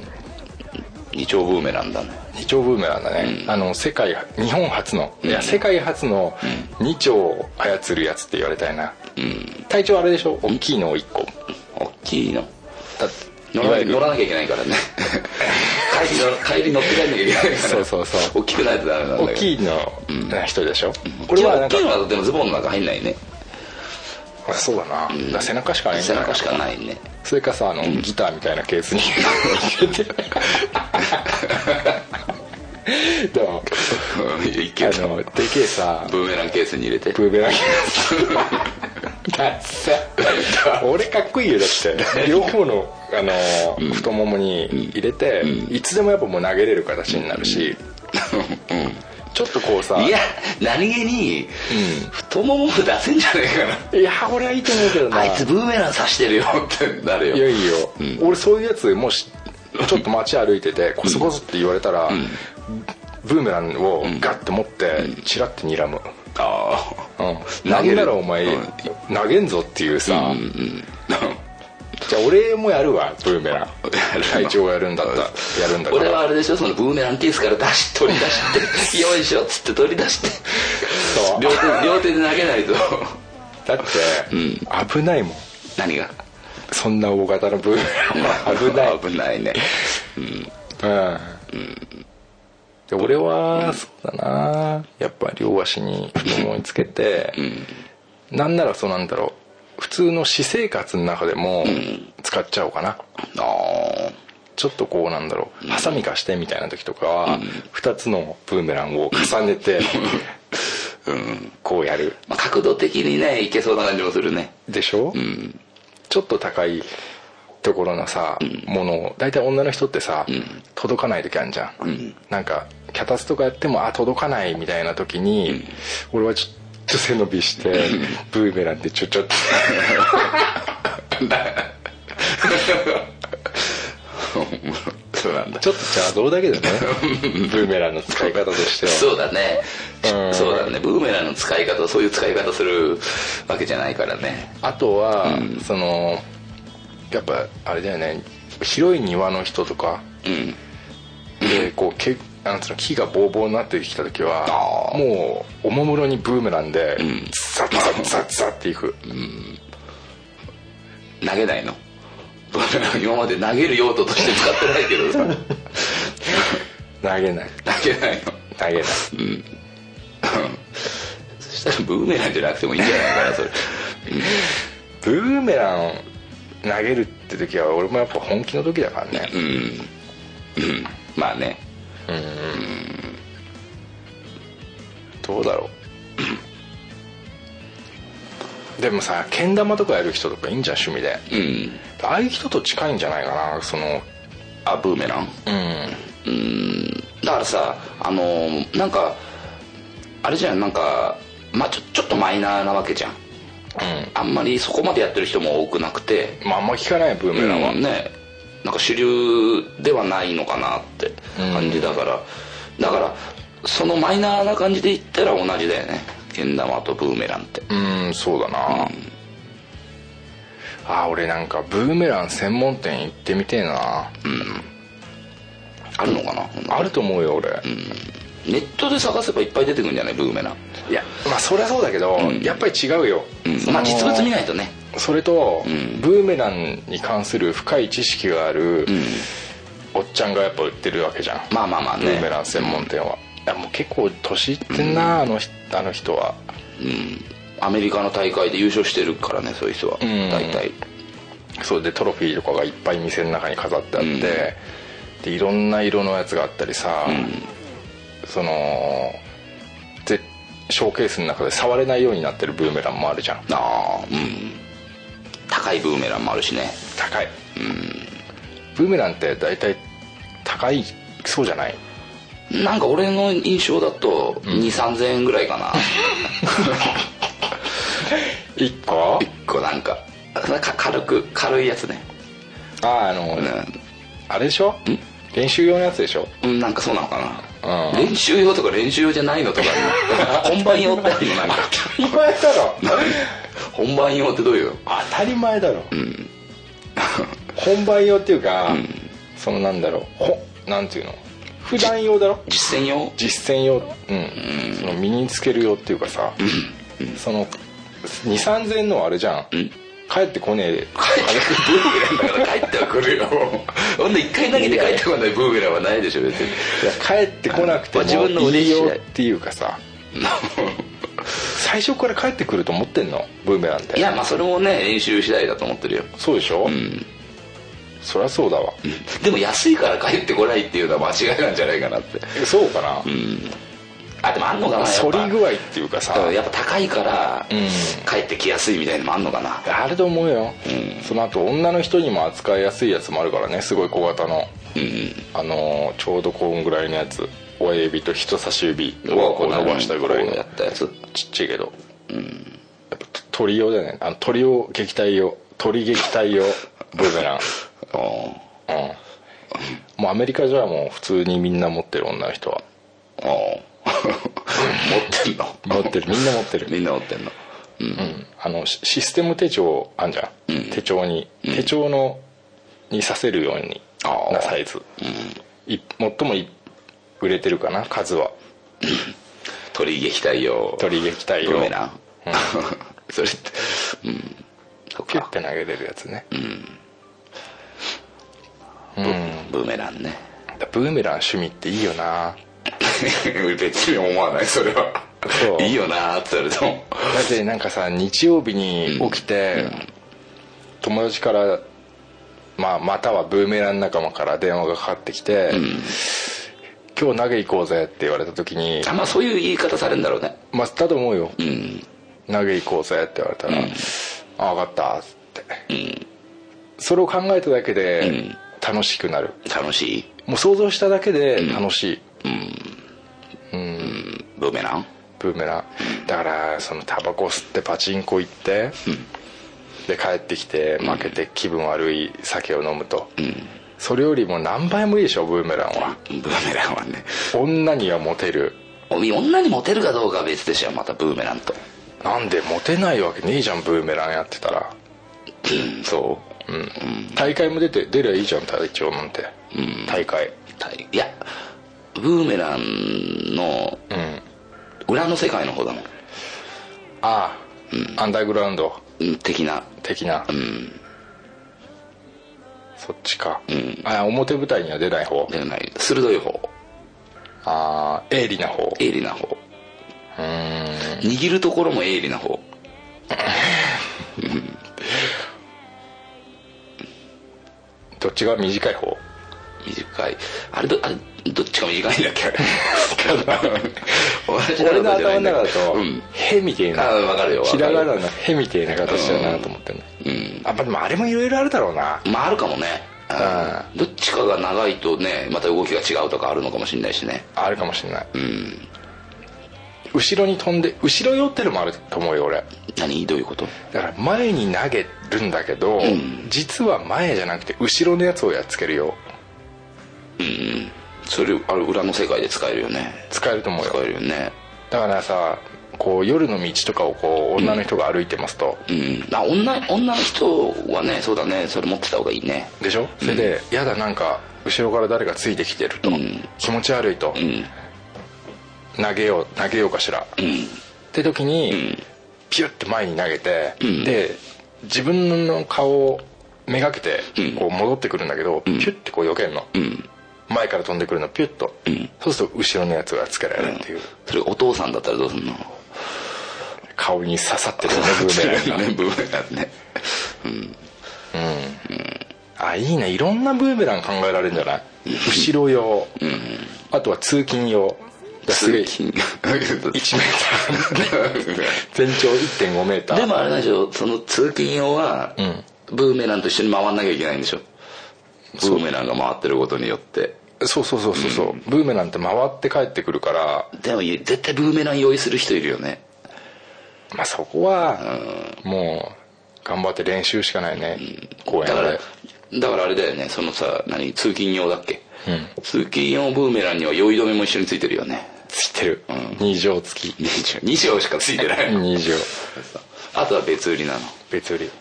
Speaker 3: 二丁ブーメランだね
Speaker 4: 二丁ブーメランだね、
Speaker 3: うん
Speaker 4: あの世界日本初の、いうや
Speaker 3: ん
Speaker 4: 世界初の二丁を操るやつって言われたいな
Speaker 3: うん
Speaker 4: 体長あれでしょ大きいのを1個
Speaker 3: 大きいの
Speaker 4: だ
Speaker 3: 乗
Speaker 4: いわ
Speaker 3: ら
Speaker 4: ゆる
Speaker 3: 乗らなきゃいけないから ね帰り乗帰り乗って帰んなきゃいけないから
Speaker 4: そうそうそう
Speaker 3: 大きくないとダメなんだけど
Speaker 4: 大き
Speaker 3: い
Speaker 4: いのな人でしょ、
Speaker 3: これ
Speaker 4: 俺は
Speaker 3: は大
Speaker 4: なんか
Speaker 3: きいのはでもズボンの中入んないね
Speaker 4: あそうだな、だから背中しかないん
Speaker 3: 背
Speaker 4: だな
Speaker 3: 中しかないね
Speaker 4: それかさあの、ギターみたいなケース に入れてでも
Speaker 3: うんい
Speaker 4: あ
Speaker 3: ける
Speaker 4: のでけえさ
Speaker 3: ブーメランケースに入れて
Speaker 4: ブーベランケースダッサ俺かっこいいよだって両方のあの太ももに入れて、いつでもやっぱもう投げれる形になるし、ちょっとこうさ
Speaker 3: いや何気に、太ももも出せんじゃねえかない
Speaker 4: や俺はいいと思うけどな
Speaker 3: あいつブーメラン刺してるよってなるよ
Speaker 4: いやいいよ、俺そういうやつもしちょっと街歩いててコソコソって言われたら、ブーメランをガッて持ってチラッて睨む、
Speaker 3: ああ
Speaker 4: うん、
Speaker 3: 投
Speaker 4: 投
Speaker 3: げ
Speaker 4: げ
Speaker 3: る
Speaker 4: ならお前、
Speaker 3: うん
Speaker 4: 投げんぞっていうさ、じゃあ俺もやるわブーメラン隊長がやるんだ ったらやるんだから
Speaker 3: 俺はあれでしょそのブーメランケースから出し取り出 してよいしょっつって取り出して
Speaker 4: そう
Speaker 3: 両手両手で投げないと
Speaker 4: だって、危ないもん
Speaker 3: 何が
Speaker 4: そんな大型のブーメランは危ない
Speaker 3: 危ないね
Speaker 4: うんで俺はそうだなやっぱ両足に太ももにつけて、なんならそうなんだろう普通の私生活の中でも使っちゃおうかな、
Speaker 3: ああ
Speaker 4: ちょっとこうなんだろうハサミ貸してみたいな時とかは、2つのブーメランを重ねて、こうやる
Speaker 3: まあ角度的にねいけそうな感じもするね
Speaker 4: でしょ、
Speaker 3: うん
Speaker 4: ちょっと高いところのさ、ものを大体女の人ってさ、
Speaker 3: ん
Speaker 4: 届かない時あるじゃん、
Speaker 3: ん
Speaker 4: なんか脚立とかやってもあ届かないみたいな時に、俺はちょっと背伸びして、ブーメランでちょちょっと
Speaker 3: そうなんだ
Speaker 4: ちょっと邪道だけどねブーメランの使い方としては
Speaker 3: そうだね
Speaker 4: うん
Speaker 3: そうだねブーメランの使い方そういう使い方するわけじゃないからね
Speaker 4: あとは、そのやっぱあれだよね広い庭の人とか
Speaker 3: うん
Speaker 4: でこうけあのその木がボーボーになってきた時は
Speaker 3: あー
Speaker 4: もうおもむろにブーメランで
Speaker 3: ん
Speaker 4: ザッザッザッザッっていく
Speaker 3: 投げないの ブーメラン今まで投げる用途として使ってないけどさ
Speaker 4: 投げない
Speaker 3: 投げないの
Speaker 4: 投げない
Speaker 3: そしたらブーメランじゃなくてもいいんじゃないかなそれ
Speaker 4: ブーメラン投げるって時は俺もやっぱ本気の時だからね
Speaker 3: うんうんまあね
Speaker 4: どうだろうでもさけん玉とかやる人とかいいんじゃん趣味で
Speaker 3: うん
Speaker 4: ああいう人と近いんじゃないかなその
Speaker 3: あブーメランう
Speaker 4: うん
Speaker 3: んだからさあのーなんかあれじゃんなんかまあちょちょっとマイナーなわけじゃんあんまりそこまでやってる人も多くなくて
Speaker 4: まああんま聞かないブー
Speaker 3: ブー
Speaker 4: メ
Speaker 3: メラ
Speaker 4: ラン
Speaker 3: ン
Speaker 4: は
Speaker 3: はねなんか主流ではないのかなって感じだから、だからそのマイナーな感じで言ったら同じだよねけん玉とブーメランって
Speaker 4: うんそうだな、あ俺なんかブーメラン専門店行ってみてえな、
Speaker 3: あるのかな
Speaker 4: あると思うよ俺、
Speaker 3: ネットで探せばいっぱい出てくるんじゃないブーメラン
Speaker 4: いやまあそりゃそうだけど、
Speaker 3: うん
Speaker 4: やっぱり違うよ、
Speaker 3: うんまあ実物見ないいとね
Speaker 4: それと、
Speaker 3: ん
Speaker 4: ブーメランに関する深い知識がある、
Speaker 3: うん
Speaker 4: おっちゃんがやっぱ売ってるわけじゃん、
Speaker 3: まあまあまあね
Speaker 4: ブーメラン専門店は、やもう結構年いってんな、あの人あの人は
Speaker 3: アメリカの大会で優勝してるからねそういう人は
Speaker 4: ん
Speaker 3: 大体
Speaker 4: そうでトロフィーとかがいっぱい店の中に飾ってあって、
Speaker 3: うん
Speaker 4: でいろんな色のやつがあったりさ、そのぜショーケースの中で触れないようになってるブーメランもあるじゃん
Speaker 3: ああうん高いブーメランもあるしね
Speaker 4: 高い、ブーメランって大体高いそうじゃない
Speaker 3: なんか俺の印象だと2 3 0 0円ぐらいかな
Speaker 4: 1個
Speaker 3: 一個なんかか軽く軽いやつね
Speaker 4: あああの、あれでしょ練習用のやつでしょ
Speaker 3: うんなんかそうなのかな、
Speaker 4: うん
Speaker 3: 練習用とか練習用じゃないのとか あるの本番用ってあるのなん か
Speaker 4: 当たり前だろ
Speaker 3: 本番用ってどういうの
Speaker 4: 当たり前だろ、 本番用っていうか、そのなんだろうほなんていうの普段用だろ
Speaker 3: 実践用
Speaker 4: 実践用、うんその身につける用っていうかさ、その2 3 0 0 0のはあれじゃん、帰ってこねえ
Speaker 3: 帰ってくるブーメランだから帰ってはくるよほんで一回投げて帰ってこないブーメランはないでしょ別に
Speaker 4: いや帰ってこなくて
Speaker 3: まあ自分の
Speaker 4: も
Speaker 3: 腕
Speaker 4: いい
Speaker 3: 次第
Speaker 4: よっていうかさ最初から帰ってくると思ってんのブーメランって
Speaker 3: いやまあそれもね練習次第だと思ってるよ
Speaker 4: そうでしょ、そりゃそうだわ、
Speaker 3: でも安いから帰ってこないっていうのは間違いなんじゃないかなって
Speaker 4: そうかな、
Speaker 3: あでもあんのかなやっぱ
Speaker 4: 反り具合っていうかさ、
Speaker 3: うんやっぱ高いから
Speaker 4: ん
Speaker 3: 帰ってきやすいみたいなのもあんのかな
Speaker 4: あると思うよ、その後女の人にも扱いやすいやつもあるからねすごい小型の、あのーちょうどこんぐらいのやつ親指と人差し指をこう伸ばしたぐらい
Speaker 3: こうや
Speaker 4: の
Speaker 3: ったやつ
Speaker 4: ちっちゃいけど、やっぱ鳥用だよねあの鳥用撃退用鳥撃退用ブーメラン
Speaker 3: あ
Speaker 4: もうアメリカじゃもう普通にみんな持ってる女の人は
Speaker 3: あ持ってんの
Speaker 4: 持って るみんな持ってる
Speaker 3: みんな持ってんの
Speaker 4: あのシシステム手帳あんじゃん、手帳に、手帳のにさせるように
Speaker 3: あー
Speaker 4: なサイズ、い最もい売れてるかな数は
Speaker 3: 鳥撃退用
Speaker 4: 取り撃退
Speaker 3: ブー
Speaker 4: 用
Speaker 3: メラン それってうんそっ
Speaker 4: ピュッ
Speaker 3: か
Speaker 4: て投げれるやつね、
Speaker 3: ブーメランね
Speaker 4: だブーメラン趣味っていいよな
Speaker 3: 別に思わないそれは
Speaker 4: そう
Speaker 3: いいよなーって言われても
Speaker 4: だってなんかさ日曜日に起きて、友達から、まあ、またはブーメラン仲間から電話がかかってきて「今日投げ行こうぜ」って言われた時に
Speaker 3: あまあそういう言い方されるんだろうね
Speaker 4: まあだと思うよ、
Speaker 3: うん
Speaker 4: 投げ行こうぜって言われたら「あ分かった」っつって、それを考えただけで楽しくなる、
Speaker 3: 楽しい
Speaker 4: もう想像しただけで楽しい、
Speaker 3: ブーメラン
Speaker 4: ブーメランだからそのタバコ吸ってパチンコ行って、で帰ってきて負けて気分悪い酒を飲むと、それよりも何倍もいいでしょブーメランは
Speaker 3: ブーメランはね
Speaker 4: 女にはモテる
Speaker 3: お女にモテるかどうかは別でしょまたブーメランと
Speaker 4: なんでモテないわけねえじゃんブーメランやってたら
Speaker 3: うんそううん
Speaker 4: 大会も出て出りゃいいじゃん隊長なんて、大会
Speaker 3: 大いやブーメランの
Speaker 4: うん
Speaker 3: 裏の世界の方だもん
Speaker 4: ああ、アンダーグラウンド
Speaker 3: うん的な
Speaker 4: 的な、
Speaker 3: うん
Speaker 4: そっちか、
Speaker 3: ん
Speaker 4: あ表舞台には出ない方
Speaker 3: 出ない鋭い方
Speaker 4: ああ鋭利な方う
Speaker 3: 鋭利な方
Speaker 4: ーん
Speaker 3: 握るところも鋭利な方
Speaker 4: どっちが短い方
Speaker 3: 短いあれどあれどっちが短いんだっ けあれ同じな
Speaker 4: 俺
Speaker 3: の
Speaker 4: の
Speaker 3: かじゃな
Speaker 4: 頭
Speaker 3: い
Speaker 4: の
Speaker 3: んだ
Speaker 4: 中だ
Speaker 3: けど
Speaker 4: と
Speaker 3: うん
Speaker 4: 「へ」みたいな
Speaker 3: あーわかるよわか
Speaker 4: ひ
Speaker 3: る
Speaker 4: らがなの「へ」みたいな形だなと思ってね
Speaker 3: うん
Speaker 4: あまあでもあれもいろいろあるだろうな
Speaker 3: まああるかもね
Speaker 4: う
Speaker 3: うんどっちかが長いとねまた動きが違うとかあるのかもしれないしね
Speaker 4: あるかもしれない
Speaker 3: うん
Speaker 4: 後ろに飛んで後ろ寄ってるのもあると思うよ俺
Speaker 3: 何どういうこと
Speaker 4: だから前に投げるんだけど、
Speaker 3: ん
Speaker 4: 実は前じゃなくて後ろのやつをやっつけるよ
Speaker 3: それあれ裏の世界で使えるよね
Speaker 4: 使えると思うよ
Speaker 3: 使えるよね
Speaker 4: だからさこう夜の道とかをこう女の人が歩いてますと、
Speaker 3: うんあ女女の人はねそうだねそれ持ってた方がいいね
Speaker 4: でしょそれで「やだなんか後ろから誰かついてきてると、
Speaker 3: うん
Speaker 4: 気持ち悪いと、
Speaker 3: うん
Speaker 4: 投げよう投げようかしら」
Speaker 3: うん
Speaker 4: って時に、
Speaker 3: ん
Speaker 4: ピュッて前に投げて、
Speaker 3: ん
Speaker 4: で自分の顔をめがけて
Speaker 3: うん
Speaker 4: こう戻ってくるんだけど、ピュッてこう避けんの、
Speaker 3: うん
Speaker 4: 前から飛んでくるのピュッと、そうすると後ろのやつがつけられるっていう、
Speaker 3: それお父さんだったらどうすんの
Speaker 4: 顔に刺さってるよねブーメランが
Speaker 3: ねブーメラン ね
Speaker 4: あいいねいろんなブーメラン考えられるんじゃない後ろ用、あとは通勤用だすげえ1メーター全長1 5メーター
Speaker 3: でもあれなんでしょその通勤用は、ブーメランと一緒に回んなきゃいけないんでしょブーメランが回ってることによって
Speaker 4: そうそうそうそうそう、ブーメランって回って帰ってくるから
Speaker 3: でも絶対ブーメラン用意する人いるよね
Speaker 4: まあそこはもう頑張って練習しかないね、公
Speaker 3: だ
Speaker 4: 園
Speaker 3: から
Speaker 4: で
Speaker 3: だからあれだよねそのさ何通勤用だっけ、通勤用ブーメランには酔い止めも一緒についてるよね
Speaker 4: ついてる、二2畳付き
Speaker 3: 2錠しかついてないの
Speaker 4: 2畳
Speaker 3: あとは別売りなの
Speaker 4: 別売り、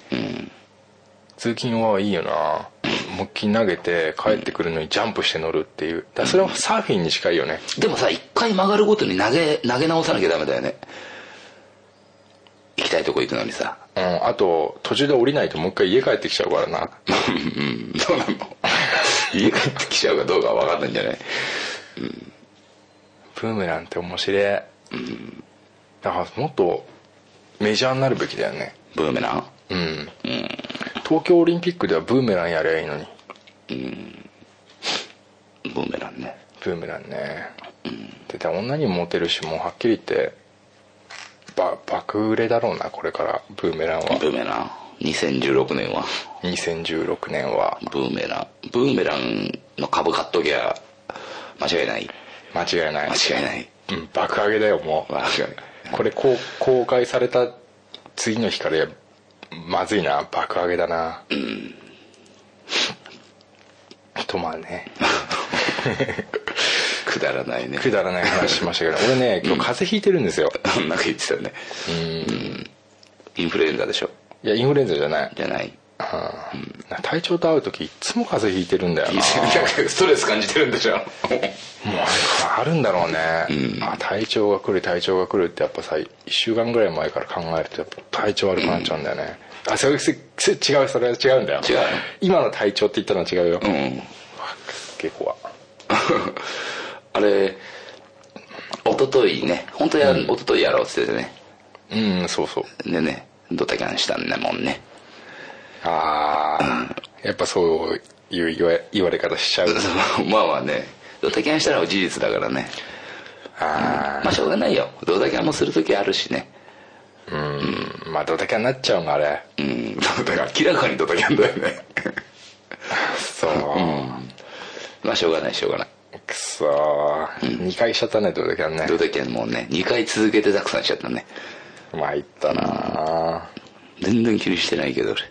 Speaker 4: 通勤はいいよな思いっきり投げて帰ってくるのにジャンプして乗るっていうだからそれはサーフィンに近いよね
Speaker 3: でもさ一回曲がるごとに投げ投げ直さなきゃダメだよね行きたいとこ行くのにさ
Speaker 4: うんあと途中で降りないともう一回家帰ってきちゃうからな
Speaker 3: うんどうなの家帰ってきちゃうかどうかは分かんないんじゃない
Speaker 4: ブーメランって面白い、だからもっとメジャーになるべきだよね
Speaker 3: ブーメラン
Speaker 4: うん、東京オリンピックではブーメランやりゃいいのに
Speaker 3: ブーメランね
Speaker 4: ブーメランねで女にもモテるしもうはっきり言ってば爆売れだろうなこれからブーメラン
Speaker 3: ブ
Speaker 4: は
Speaker 3: ーメラン2016年は
Speaker 4: 2016年は
Speaker 3: ブーメランブーメランの株買っときゃ間違いない
Speaker 4: 間違いない
Speaker 3: 間違いない
Speaker 4: うん爆上げだよもう
Speaker 3: 間違いない
Speaker 4: これこう公開された次の日からまずいな爆上げだなとまあね
Speaker 3: くだらないね
Speaker 4: くだらない話しましたけど俺ね今日風邪ひいてるんですよ
Speaker 3: なんか言ってたよねうんインフルエンザでしょ
Speaker 4: いやインフルエンザじゃない
Speaker 3: じゃない
Speaker 4: うん体調と会う時いつも風邪ひいてるんだよな
Speaker 3: ストレス感じてるんでしょ
Speaker 4: もうなんかあるんだろうね、あ体調が来る体調が来るってやっぱさ1週間ぐらい前から考えるとやっぱ体調悪くなっちゃうんだよね、あそれせせ違うそれは違うんだよ
Speaker 3: 違う
Speaker 4: 今の体調って言ったのは違うよ、
Speaker 3: うん
Speaker 4: 結構は
Speaker 3: あれ一昨日ね本当や、一昨日やろうって言っててね
Speaker 4: うんそうそう
Speaker 3: でねドタキャンしたんだもんね
Speaker 4: ああ、やっぱそういう言わ言われ方しちゃう
Speaker 3: そうまあまあねドタキャンしたのは事実だからね
Speaker 4: あ
Speaker 3: まあしょうがないよドタキャンもする時あるしね
Speaker 4: あまあドタキャンになっちゃうのあれ
Speaker 3: うんだから明らかにドタキャンだよね
Speaker 4: そ う、
Speaker 3: まあしょうがないしょうがない
Speaker 4: くそー、2回しちゃったねドタキャンね
Speaker 3: ドタキャンもうね2回続けてたくさんしちゃったね
Speaker 4: まいったなー
Speaker 3: 全然気にしてないけど俺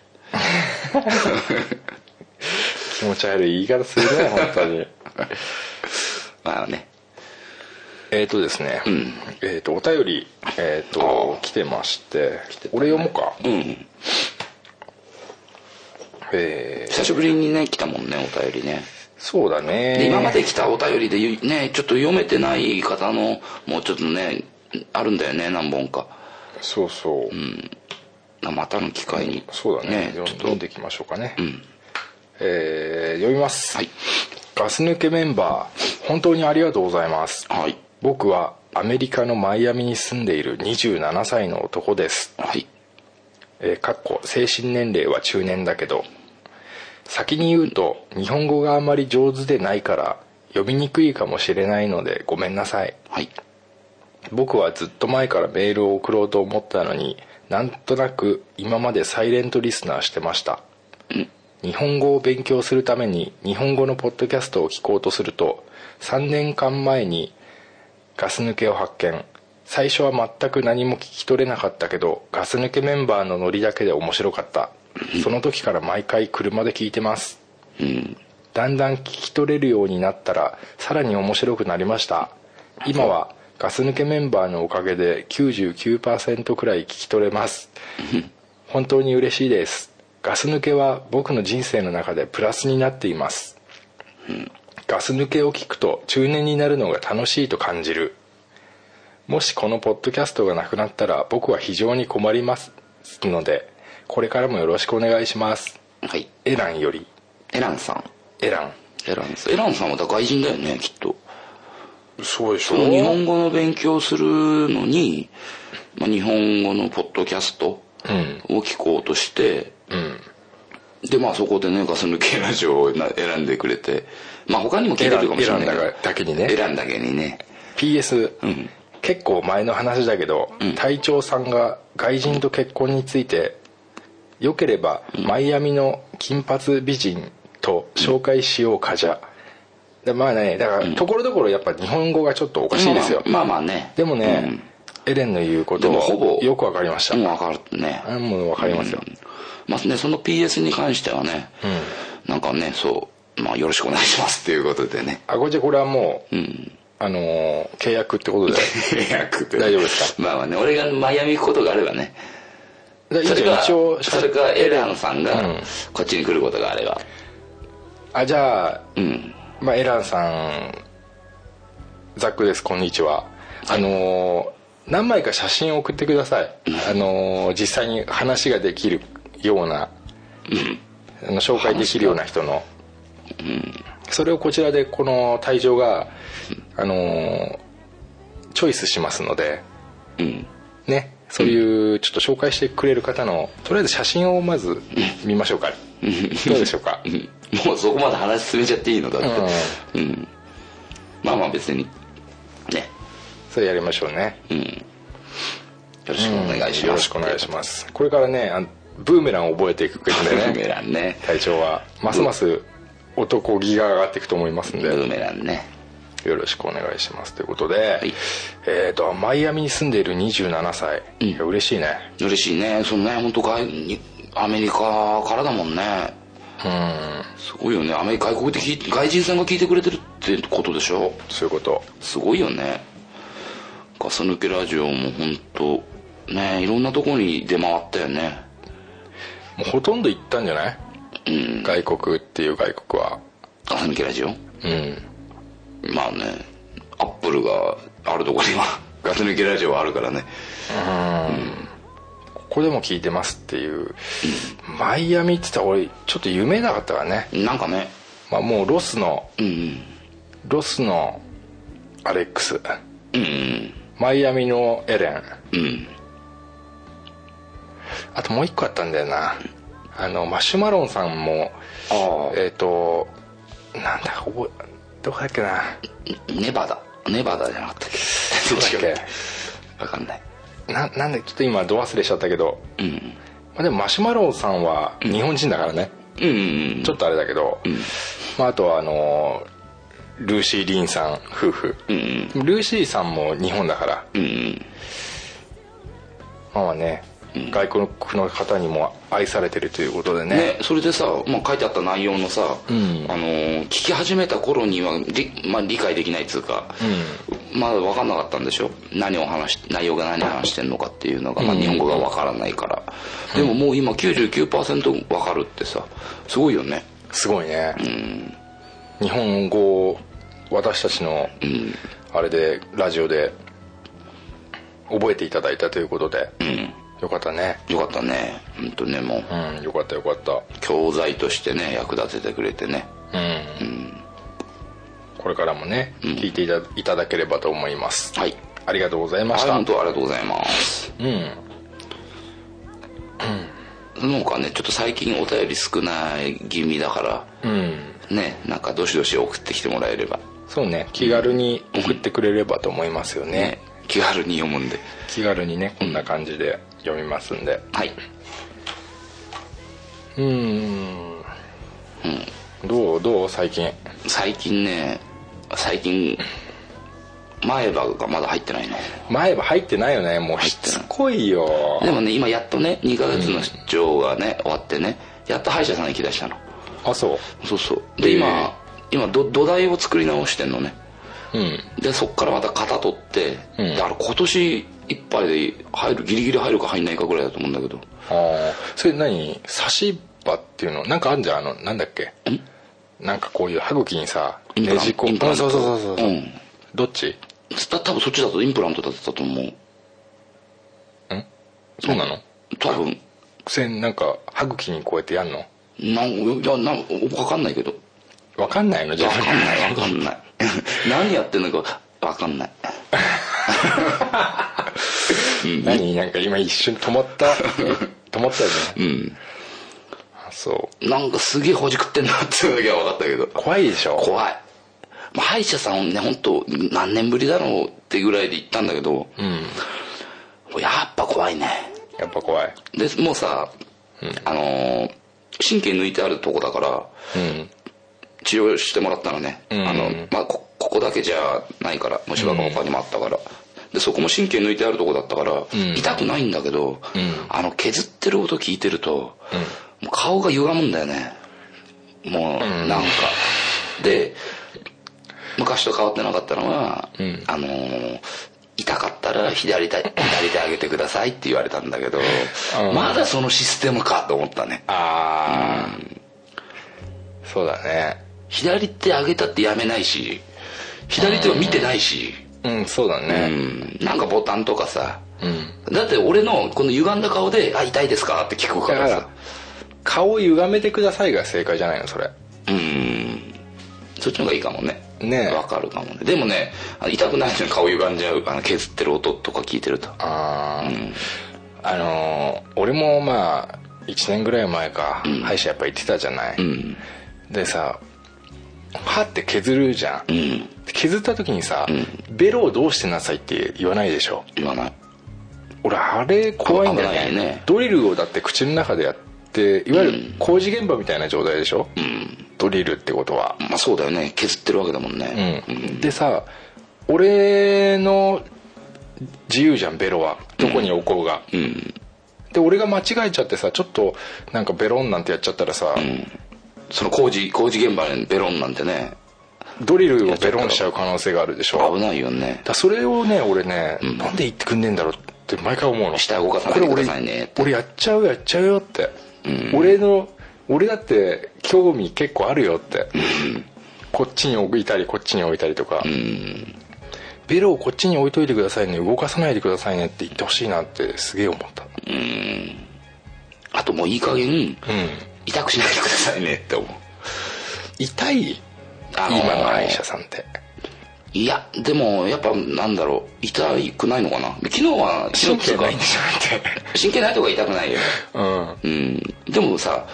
Speaker 4: 気持ち悪い言い方するね本 当に
Speaker 3: まあね
Speaker 4: えっとですね、えっとお便り、えっと来てまして俺読もうか
Speaker 3: うん
Speaker 4: えー
Speaker 3: 久しぶりにね来たもんねお便りね
Speaker 4: そうだね
Speaker 3: で今まで来たお便りでゆねちょっと読めてない方のもうちょっとねあるんだよね何本か
Speaker 4: そうそう、
Speaker 3: まあまたの機会に
Speaker 4: そうだね
Speaker 3: ちょっ
Speaker 4: 読ん
Speaker 3: と
Speaker 4: 読んでいきましょうかね、えー読みます、
Speaker 3: はい
Speaker 4: ガス抜けメンバー本当にありがとうございます
Speaker 3: はい
Speaker 4: 僕はアメリカのマイアミに住んでいる27歳の男です
Speaker 3: はい
Speaker 4: えーかっこ精神年齢は中年だけど先に言うと日本語があまり上手でないから読みにくいかもしれないのでごめんなさい
Speaker 3: はい
Speaker 4: 僕はずっと前からメールを送ろうと思ったのになんとなく今までサイレントリスナーしてました日本語を勉強するために日本語のポッドキャストを聞こうとすると3年間前にガス抜けを発見最初は全く何も聞き取れなかったけどガス抜けメンバーのノリだけで面白かったその時から毎回車で聞いてますだんだん聞き取れるようになったらさらに面白くなりました今はガス抜けメンバーのおかげで99%くらい聞き取れます本当に嬉しいですガス抜けは僕の人生の中でプラスになっていますガス抜けを聞くと中年になるのが楽しいと感じるもしこのポッドキャストがなくなったら僕は非常に困りますのでこれからもよろしくお願いします
Speaker 3: はい
Speaker 4: エランより
Speaker 3: エランさん
Speaker 4: エラン
Speaker 3: エランさんエランさんはだ外人だよねきっと
Speaker 4: そうでし
Speaker 3: その日本語の勉強をするのに、まあ、日本語のポッドキャスト
Speaker 4: うん
Speaker 3: を聞こうとして、
Speaker 4: うん
Speaker 3: でまあそこでねガス抜けラジオをな選んでくれてまあ他にも聞いてるかもしれないけど
Speaker 4: エランだけにね
Speaker 3: 選んだけにね
Speaker 4: PS、
Speaker 3: ん
Speaker 4: 結構前の話だけど、隊長さんが外人と結婚についてよければマイアミの金髪美人と紹介しようかじゃ、でまあねだからところどころやっぱ日本語がちょっとおかしいですよ、
Speaker 3: まあまあまあね
Speaker 4: でもね、エレンの言うこと
Speaker 3: でも
Speaker 4: は
Speaker 3: ほぼ
Speaker 4: よくわかりました、
Speaker 3: うん分かるね
Speaker 4: あもうわかりますよ、
Speaker 3: うんまあねその PS に関してはね、なんかねそうまあよろしくお願いしますっていうことでね
Speaker 4: あこれじゃこれはもう、
Speaker 3: うん
Speaker 4: あのー契約ってことで
Speaker 3: 契約って
Speaker 4: 大丈夫です
Speaker 3: まあまあね俺がマイアミ行くことがあればね
Speaker 4: だ
Speaker 3: それ
Speaker 4: から
Speaker 3: か
Speaker 4: 一応
Speaker 3: それかエレンさんが
Speaker 4: うん
Speaker 3: こっちに来ることがあれば
Speaker 4: あじゃあ
Speaker 3: うん
Speaker 4: まあ、エランさんザックですこんにちはあのー何枚か写真を送ってくださいあのー実際に話ができるようなあの紹介できるような人のそれをこちらでこの隊長があのーチョイスしますので
Speaker 3: うん
Speaker 4: ねそういうちょっと紹介してくれる方のとりあえず写真をまず見ましょうかどうでしょうか
Speaker 3: うんもうそこまで話進めちゃっていいのだってうん、まあまあ別にね
Speaker 4: それやりましょうね
Speaker 3: うんよろしくお願いします、
Speaker 4: よろしくお願いしますこれからねあのブーメランを覚えていくけど
Speaker 3: ブーメ
Speaker 4: ね
Speaker 3: ランね
Speaker 4: 隊長はますます男気が上がっていくと思いますん
Speaker 3: ブ
Speaker 4: で
Speaker 3: ーメランね
Speaker 4: よろしくお願いしますということで、
Speaker 3: い
Speaker 4: えっ、とマイアミに住んでいる27歳、
Speaker 3: うん
Speaker 4: いや嬉しいね
Speaker 3: 嬉しいねそのね本当外にアメリカからだもんね
Speaker 4: うん
Speaker 3: すごいよねアメリカ外国で聞い外人さんが聞いてくれてるってことでしょ
Speaker 4: そういうこと
Speaker 3: すごいよねガス抜けラジオも本当ねいろんなとこに出回ったよね
Speaker 4: もうほとんど行ったんじゃない、
Speaker 3: うん
Speaker 4: 外国っていう外国は
Speaker 3: ガス抜けラジオ
Speaker 4: うん
Speaker 3: まあねアップルがあるとこには ガス抜けラジオはあるからね
Speaker 4: ここでも聞いてますっていう、マイアミって言ったら俺ちょっと夢なかったからね、
Speaker 3: なんかね
Speaker 4: まあ、もうロスの
Speaker 3: うんうん
Speaker 4: ロスのアレックス
Speaker 3: うん
Speaker 4: マイアミのエレン
Speaker 3: うん
Speaker 4: あともう一個あったんだよなあのマシュマロンさんも
Speaker 3: ああ
Speaker 4: えっ、となんだ覚えどこだっけな
Speaker 3: ネバダネバダじゃなかったっけ
Speaker 4: どこだっ
Speaker 3: 違うわかんない
Speaker 4: ななんでちょっと今ど忘れしちゃったけど、
Speaker 3: うん
Speaker 4: まあ、でもマシュマロンさんは日本人だからね、
Speaker 3: うんうん
Speaker 4: ちょっとあれだけど、まあ、あとはあのルーシー・リンさん夫婦、
Speaker 3: うん
Speaker 4: ルーシーさんも日本だから
Speaker 3: うんうん
Speaker 4: まあね、外国の方にも愛されてるということでね
Speaker 3: ね、それでさ、まあ、書いてあった内容のさ、
Speaker 4: ん
Speaker 3: あのー聞き始めた頃には理,、まあ、理解できないっつうか、まだ分かんなかったんでしょ何を話し内容が何を話してんのかっていうのが、まあ、日本語が分からないから、でももう今99%分かるってさすごいよね
Speaker 4: すごいね、日本語を私たちのあれでラジオで覚えていただいたということで、よかったね
Speaker 3: よかったね本当ねもう、
Speaker 4: うんよかったよかった
Speaker 3: 教材としてね役立ててくれてね
Speaker 4: うん、これからもね、聞いていたいただければと思います
Speaker 3: はい
Speaker 4: ありがとうござい
Speaker 3: は
Speaker 4: ま
Speaker 3: い
Speaker 4: した、
Speaker 3: 本当ありがとうございます
Speaker 4: うん
Speaker 3: その他ねちょっと最近お便り少ない気味だから
Speaker 4: うん
Speaker 3: ねなんかどしどし送ってきてもらえれば
Speaker 4: そうね気軽に送ってくれればと思いますよ
Speaker 3: ね
Speaker 4: ね、
Speaker 3: 気軽に読むんで
Speaker 4: 気軽にねこんな感じで読みますんで
Speaker 3: はい
Speaker 4: うんどうどう最近
Speaker 3: 最近ね最近前歯がまだ入ってないね
Speaker 4: 前歯入ってないよねもうしつこいよ
Speaker 3: でもね今やっとね2ヶ月の出張がね終わってねやっと歯医者さんに行きだしたの
Speaker 4: あそ
Speaker 3: そうそうで
Speaker 4: へえ
Speaker 3: 今今ど土台を作り直してんのね
Speaker 4: ううん
Speaker 3: でそっからまた型取って
Speaker 4: うん
Speaker 3: だから今年いっぱいで入るギリギリ入るか入んないかぐらいだと思うんだけど
Speaker 4: ああそれ何差し歯っていうのなんかあんじゃんあのなんだっけなんかこういう歯茎にさ
Speaker 3: インプ
Speaker 4: ね
Speaker 3: ラン
Speaker 4: じ
Speaker 3: ト
Speaker 4: 込
Speaker 3: インプラ
Speaker 4: む
Speaker 3: ント
Speaker 4: そうそうそうそう、
Speaker 3: ん
Speaker 4: どっち
Speaker 3: た多分そっちだとインプラントだったと思う
Speaker 4: そうなの
Speaker 3: 多分
Speaker 4: それなんか歯茎にこうやってやんの
Speaker 3: なんいやなんわかんないけど
Speaker 4: わかんないの自
Speaker 3: わ
Speaker 4: 分
Speaker 3: かんないわかんない 何やってんのかわかんない
Speaker 4: 何なんか今一瞬止まった 止まったよね
Speaker 3: うん
Speaker 4: あそう
Speaker 3: なんかすげえほじくってんなっていうだけは分かったけど
Speaker 4: 怖いでしょ
Speaker 3: 怖いまあ歯医者さんね本当何年ぶりだろうってぐらいで行ったんだけど、やっぱ怖いね
Speaker 4: やっぱ怖い
Speaker 3: でもうさ、あのー神経抜いてあるとこだから
Speaker 4: うん
Speaker 3: 治療してもらったのね、
Speaker 4: ん
Speaker 3: あのまあ、こここだけじゃないから虫歯が他にもあったから、でそこも神経抜いてあるとこだったから、痛くないんだけど、あの削ってる音聞いてると、もう顔が歪むんだよねもうなんか、で昔と変わってなかったのは、あのー痛かったら左手左手上げてくださいって言われたんだけど、
Speaker 4: うん
Speaker 3: まだそのシステムかと思ったね
Speaker 4: ああ、そうだね
Speaker 3: 左手上げたってやめないし左手を見てないし、
Speaker 4: うんそうだ
Speaker 3: う
Speaker 4: ね
Speaker 3: ん、なんかボタンとかさ
Speaker 4: うん、
Speaker 3: だって俺のこの歪んだ顔で「あ痛いですか?」って聞くか
Speaker 4: だからら
Speaker 3: さ
Speaker 4: 顔を歪めてくださいが正解じゃないのそれ
Speaker 3: うんそっちの方がいいかもね
Speaker 4: ねえ
Speaker 3: わかるかもねでもねあの痛くないのに顔歪んじゃうあの削ってる音とか聞いてると
Speaker 4: ああ、あのー俺もまあ1年ぐらい前か、歯医者やっぱ行ってたじゃない、
Speaker 3: うん
Speaker 4: でさ歯って削るじゃん、
Speaker 3: うん
Speaker 4: 削った時にさ、ベロをどうしてなさいって言わないでしょ
Speaker 3: 言わない
Speaker 4: 俺あれ怖いんだよね
Speaker 3: 危ないね
Speaker 4: ドリルをだって口の中でやっていわゆる工事現場みたいな状態でしょ、ドリルってことは、
Speaker 3: まあそうだよね削ってるわけだもんね
Speaker 4: うん、でさ俺の自由じゃんベロはどこに置こうが、
Speaker 3: うん、
Speaker 4: で俺が間違えちゃってさちょっとなんかベロンなんてやっちゃったらさ、
Speaker 3: その工事工事現場でベロンなんてね
Speaker 4: ドリルをベロンしちゃう可能性があるでしょ
Speaker 3: 危ないよね
Speaker 4: だからそれをね俺ね、なんで言ってくんねえんだろうって毎回思うの
Speaker 3: 下動かさないでくださいねって
Speaker 4: これ俺俺やっちゃうよやっちゃうよって、俺の俺だって興味結構あるよって、こっちに置いたりこっちに置いたりとか、ベロをこっちに置いといてくださいね動かさないでくださいねって言ってほしいなってすげえ思った
Speaker 3: あともういい加減
Speaker 4: うん
Speaker 3: 痛くしないでくださいねって思う
Speaker 4: 痛い
Speaker 3: あのー
Speaker 4: 今の歯医者さんって
Speaker 3: いや、でも、やっぱ、なんだろう、痛くないのかな昨日は、
Speaker 4: 神経ない
Speaker 3: 神
Speaker 4: んでし
Speaker 3: 神経ないとか痛くないよ。
Speaker 4: ょだって
Speaker 3: うん。でもさ、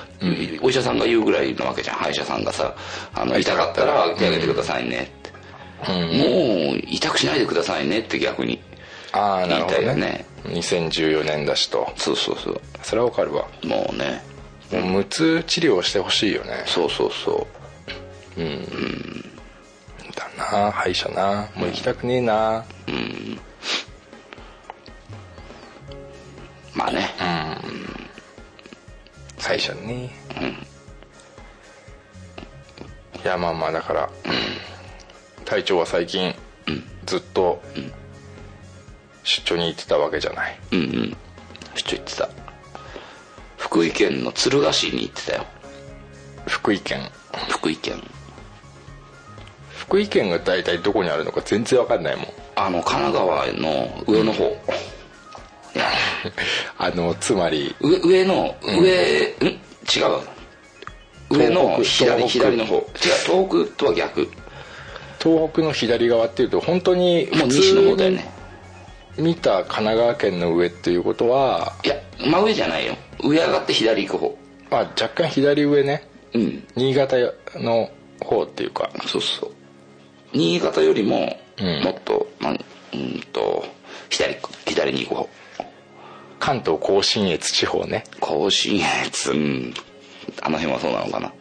Speaker 3: お医者さんが言うぐらいなわけじゃん、歯医者さんがさ、あの、痛かったら手挙げてくださいねって。
Speaker 4: うん、うん、
Speaker 3: もう、痛くしないでくださいねって逆に。
Speaker 4: ああなるほ
Speaker 3: 言い
Speaker 4: ど
Speaker 3: たいよ
Speaker 4: ね
Speaker 3: ね
Speaker 4: 2014年だしと
Speaker 3: そうそうそう。
Speaker 4: それはわかるわ
Speaker 3: もうね、
Speaker 4: もう無痛治療してほしいよね
Speaker 3: そうそうそ
Speaker 4: だな歯医者なもう行きたくねえな
Speaker 3: う。まあね、
Speaker 4: 歯医者ねいやまあまあだから、体調は最近、ずっと、出張に行ってたわけじゃない
Speaker 3: うんうん。ちょっと言ってた。福井県の敦賀市に行ってたよ。
Speaker 4: 福井県
Speaker 3: 福井県。
Speaker 4: 福井県が大体どこにあるのか全然わかんないもん
Speaker 3: あの、神奈川の上の方。いや
Speaker 4: あのつまり
Speaker 3: 上上の上、ん、違う上の左
Speaker 4: 東北
Speaker 3: 左の方違う東北とは逆
Speaker 4: 東北の左側っていうと本当に
Speaker 3: も
Speaker 4: 普
Speaker 3: う西の
Speaker 4: 通
Speaker 3: 方だよ
Speaker 4: に
Speaker 3: ね
Speaker 4: 見た神奈川県の上っていうことは、
Speaker 3: いや真上じゃないよ上上がって左行く方
Speaker 4: まあ、若干左上ね
Speaker 3: うん
Speaker 4: 新潟の方っていうか
Speaker 3: そうそう新潟よりも
Speaker 4: うん
Speaker 3: もっと、まあうんと左左に行く方
Speaker 4: 関東甲信越地方ね
Speaker 3: 甲信越うんあの辺はそうなのかな
Speaker 4: っ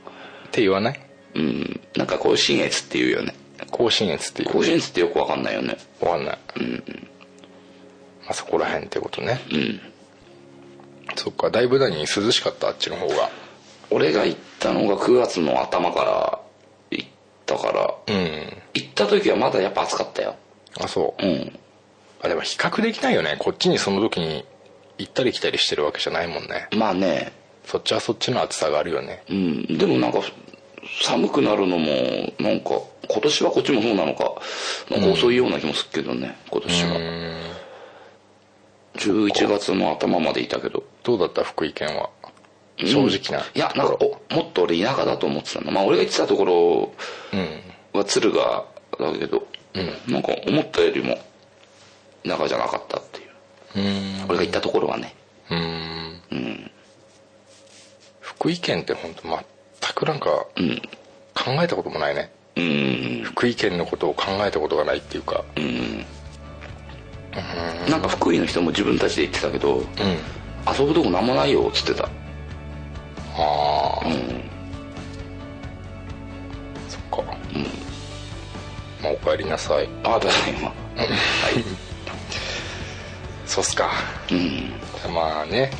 Speaker 4: て言わない
Speaker 3: うんなんか甲信越っていうよね
Speaker 4: 甲信越っていう
Speaker 3: 甲信越ってよくわかんないよね
Speaker 4: わかんない、まあ、そこら辺ってことね
Speaker 3: うん
Speaker 4: そっかだいぶ何涼しかったあっちの方が
Speaker 3: 俺が行ったのが9月の頭から行ったから
Speaker 4: うん
Speaker 3: 行った時はまだやっぱ暑かったよ
Speaker 4: あそううんあでも比較できないよねこっちにその時に行ったり来たりしてるわけじゃないもんね
Speaker 3: まあね
Speaker 4: そっちはそっちの暑さがあるよね
Speaker 3: うんでもなんか寒くなるのもなんか今年はこっちもそうなのかなんか遅いような気もするけどね、今年は11月の頭までいたけど
Speaker 4: どうだった福井県は
Speaker 3: う
Speaker 4: 正直な、
Speaker 3: いやなんかおもっと俺田舎だと思ってたのまあ俺が行ってたところは敦賀だけど、なんか思ったよりも田舎じゃなかったっていう
Speaker 4: うん
Speaker 3: 俺が行ったところはね
Speaker 4: うん福井県って本当全くなんか
Speaker 3: うん
Speaker 4: 考えたこともないね
Speaker 3: うん
Speaker 4: 福井県のことを考えたことがないっていうか
Speaker 3: うんなんか福井の人も自分たちで行ってたけど
Speaker 4: うん
Speaker 3: 遊ぶとこなんもないよっつってた
Speaker 4: ああ
Speaker 3: うん
Speaker 4: そっかまあお帰りなさい
Speaker 3: ああただいまはい
Speaker 4: そうっすか
Speaker 3: うん
Speaker 4: まあね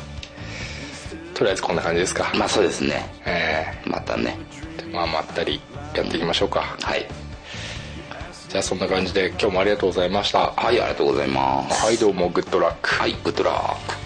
Speaker 4: とりあえずこんな感じですか
Speaker 3: まあそうですね
Speaker 4: え
Speaker 3: またね
Speaker 4: えまあまったりやっていきましょうか
Speaker 3: はい
Speaker 4: じゃあそんな感じで今日もありがとうございました
Speaker 3: はいありがとうございます
Speaker 4: はいどうもグッドラック
Speaker 3: はいグッドラック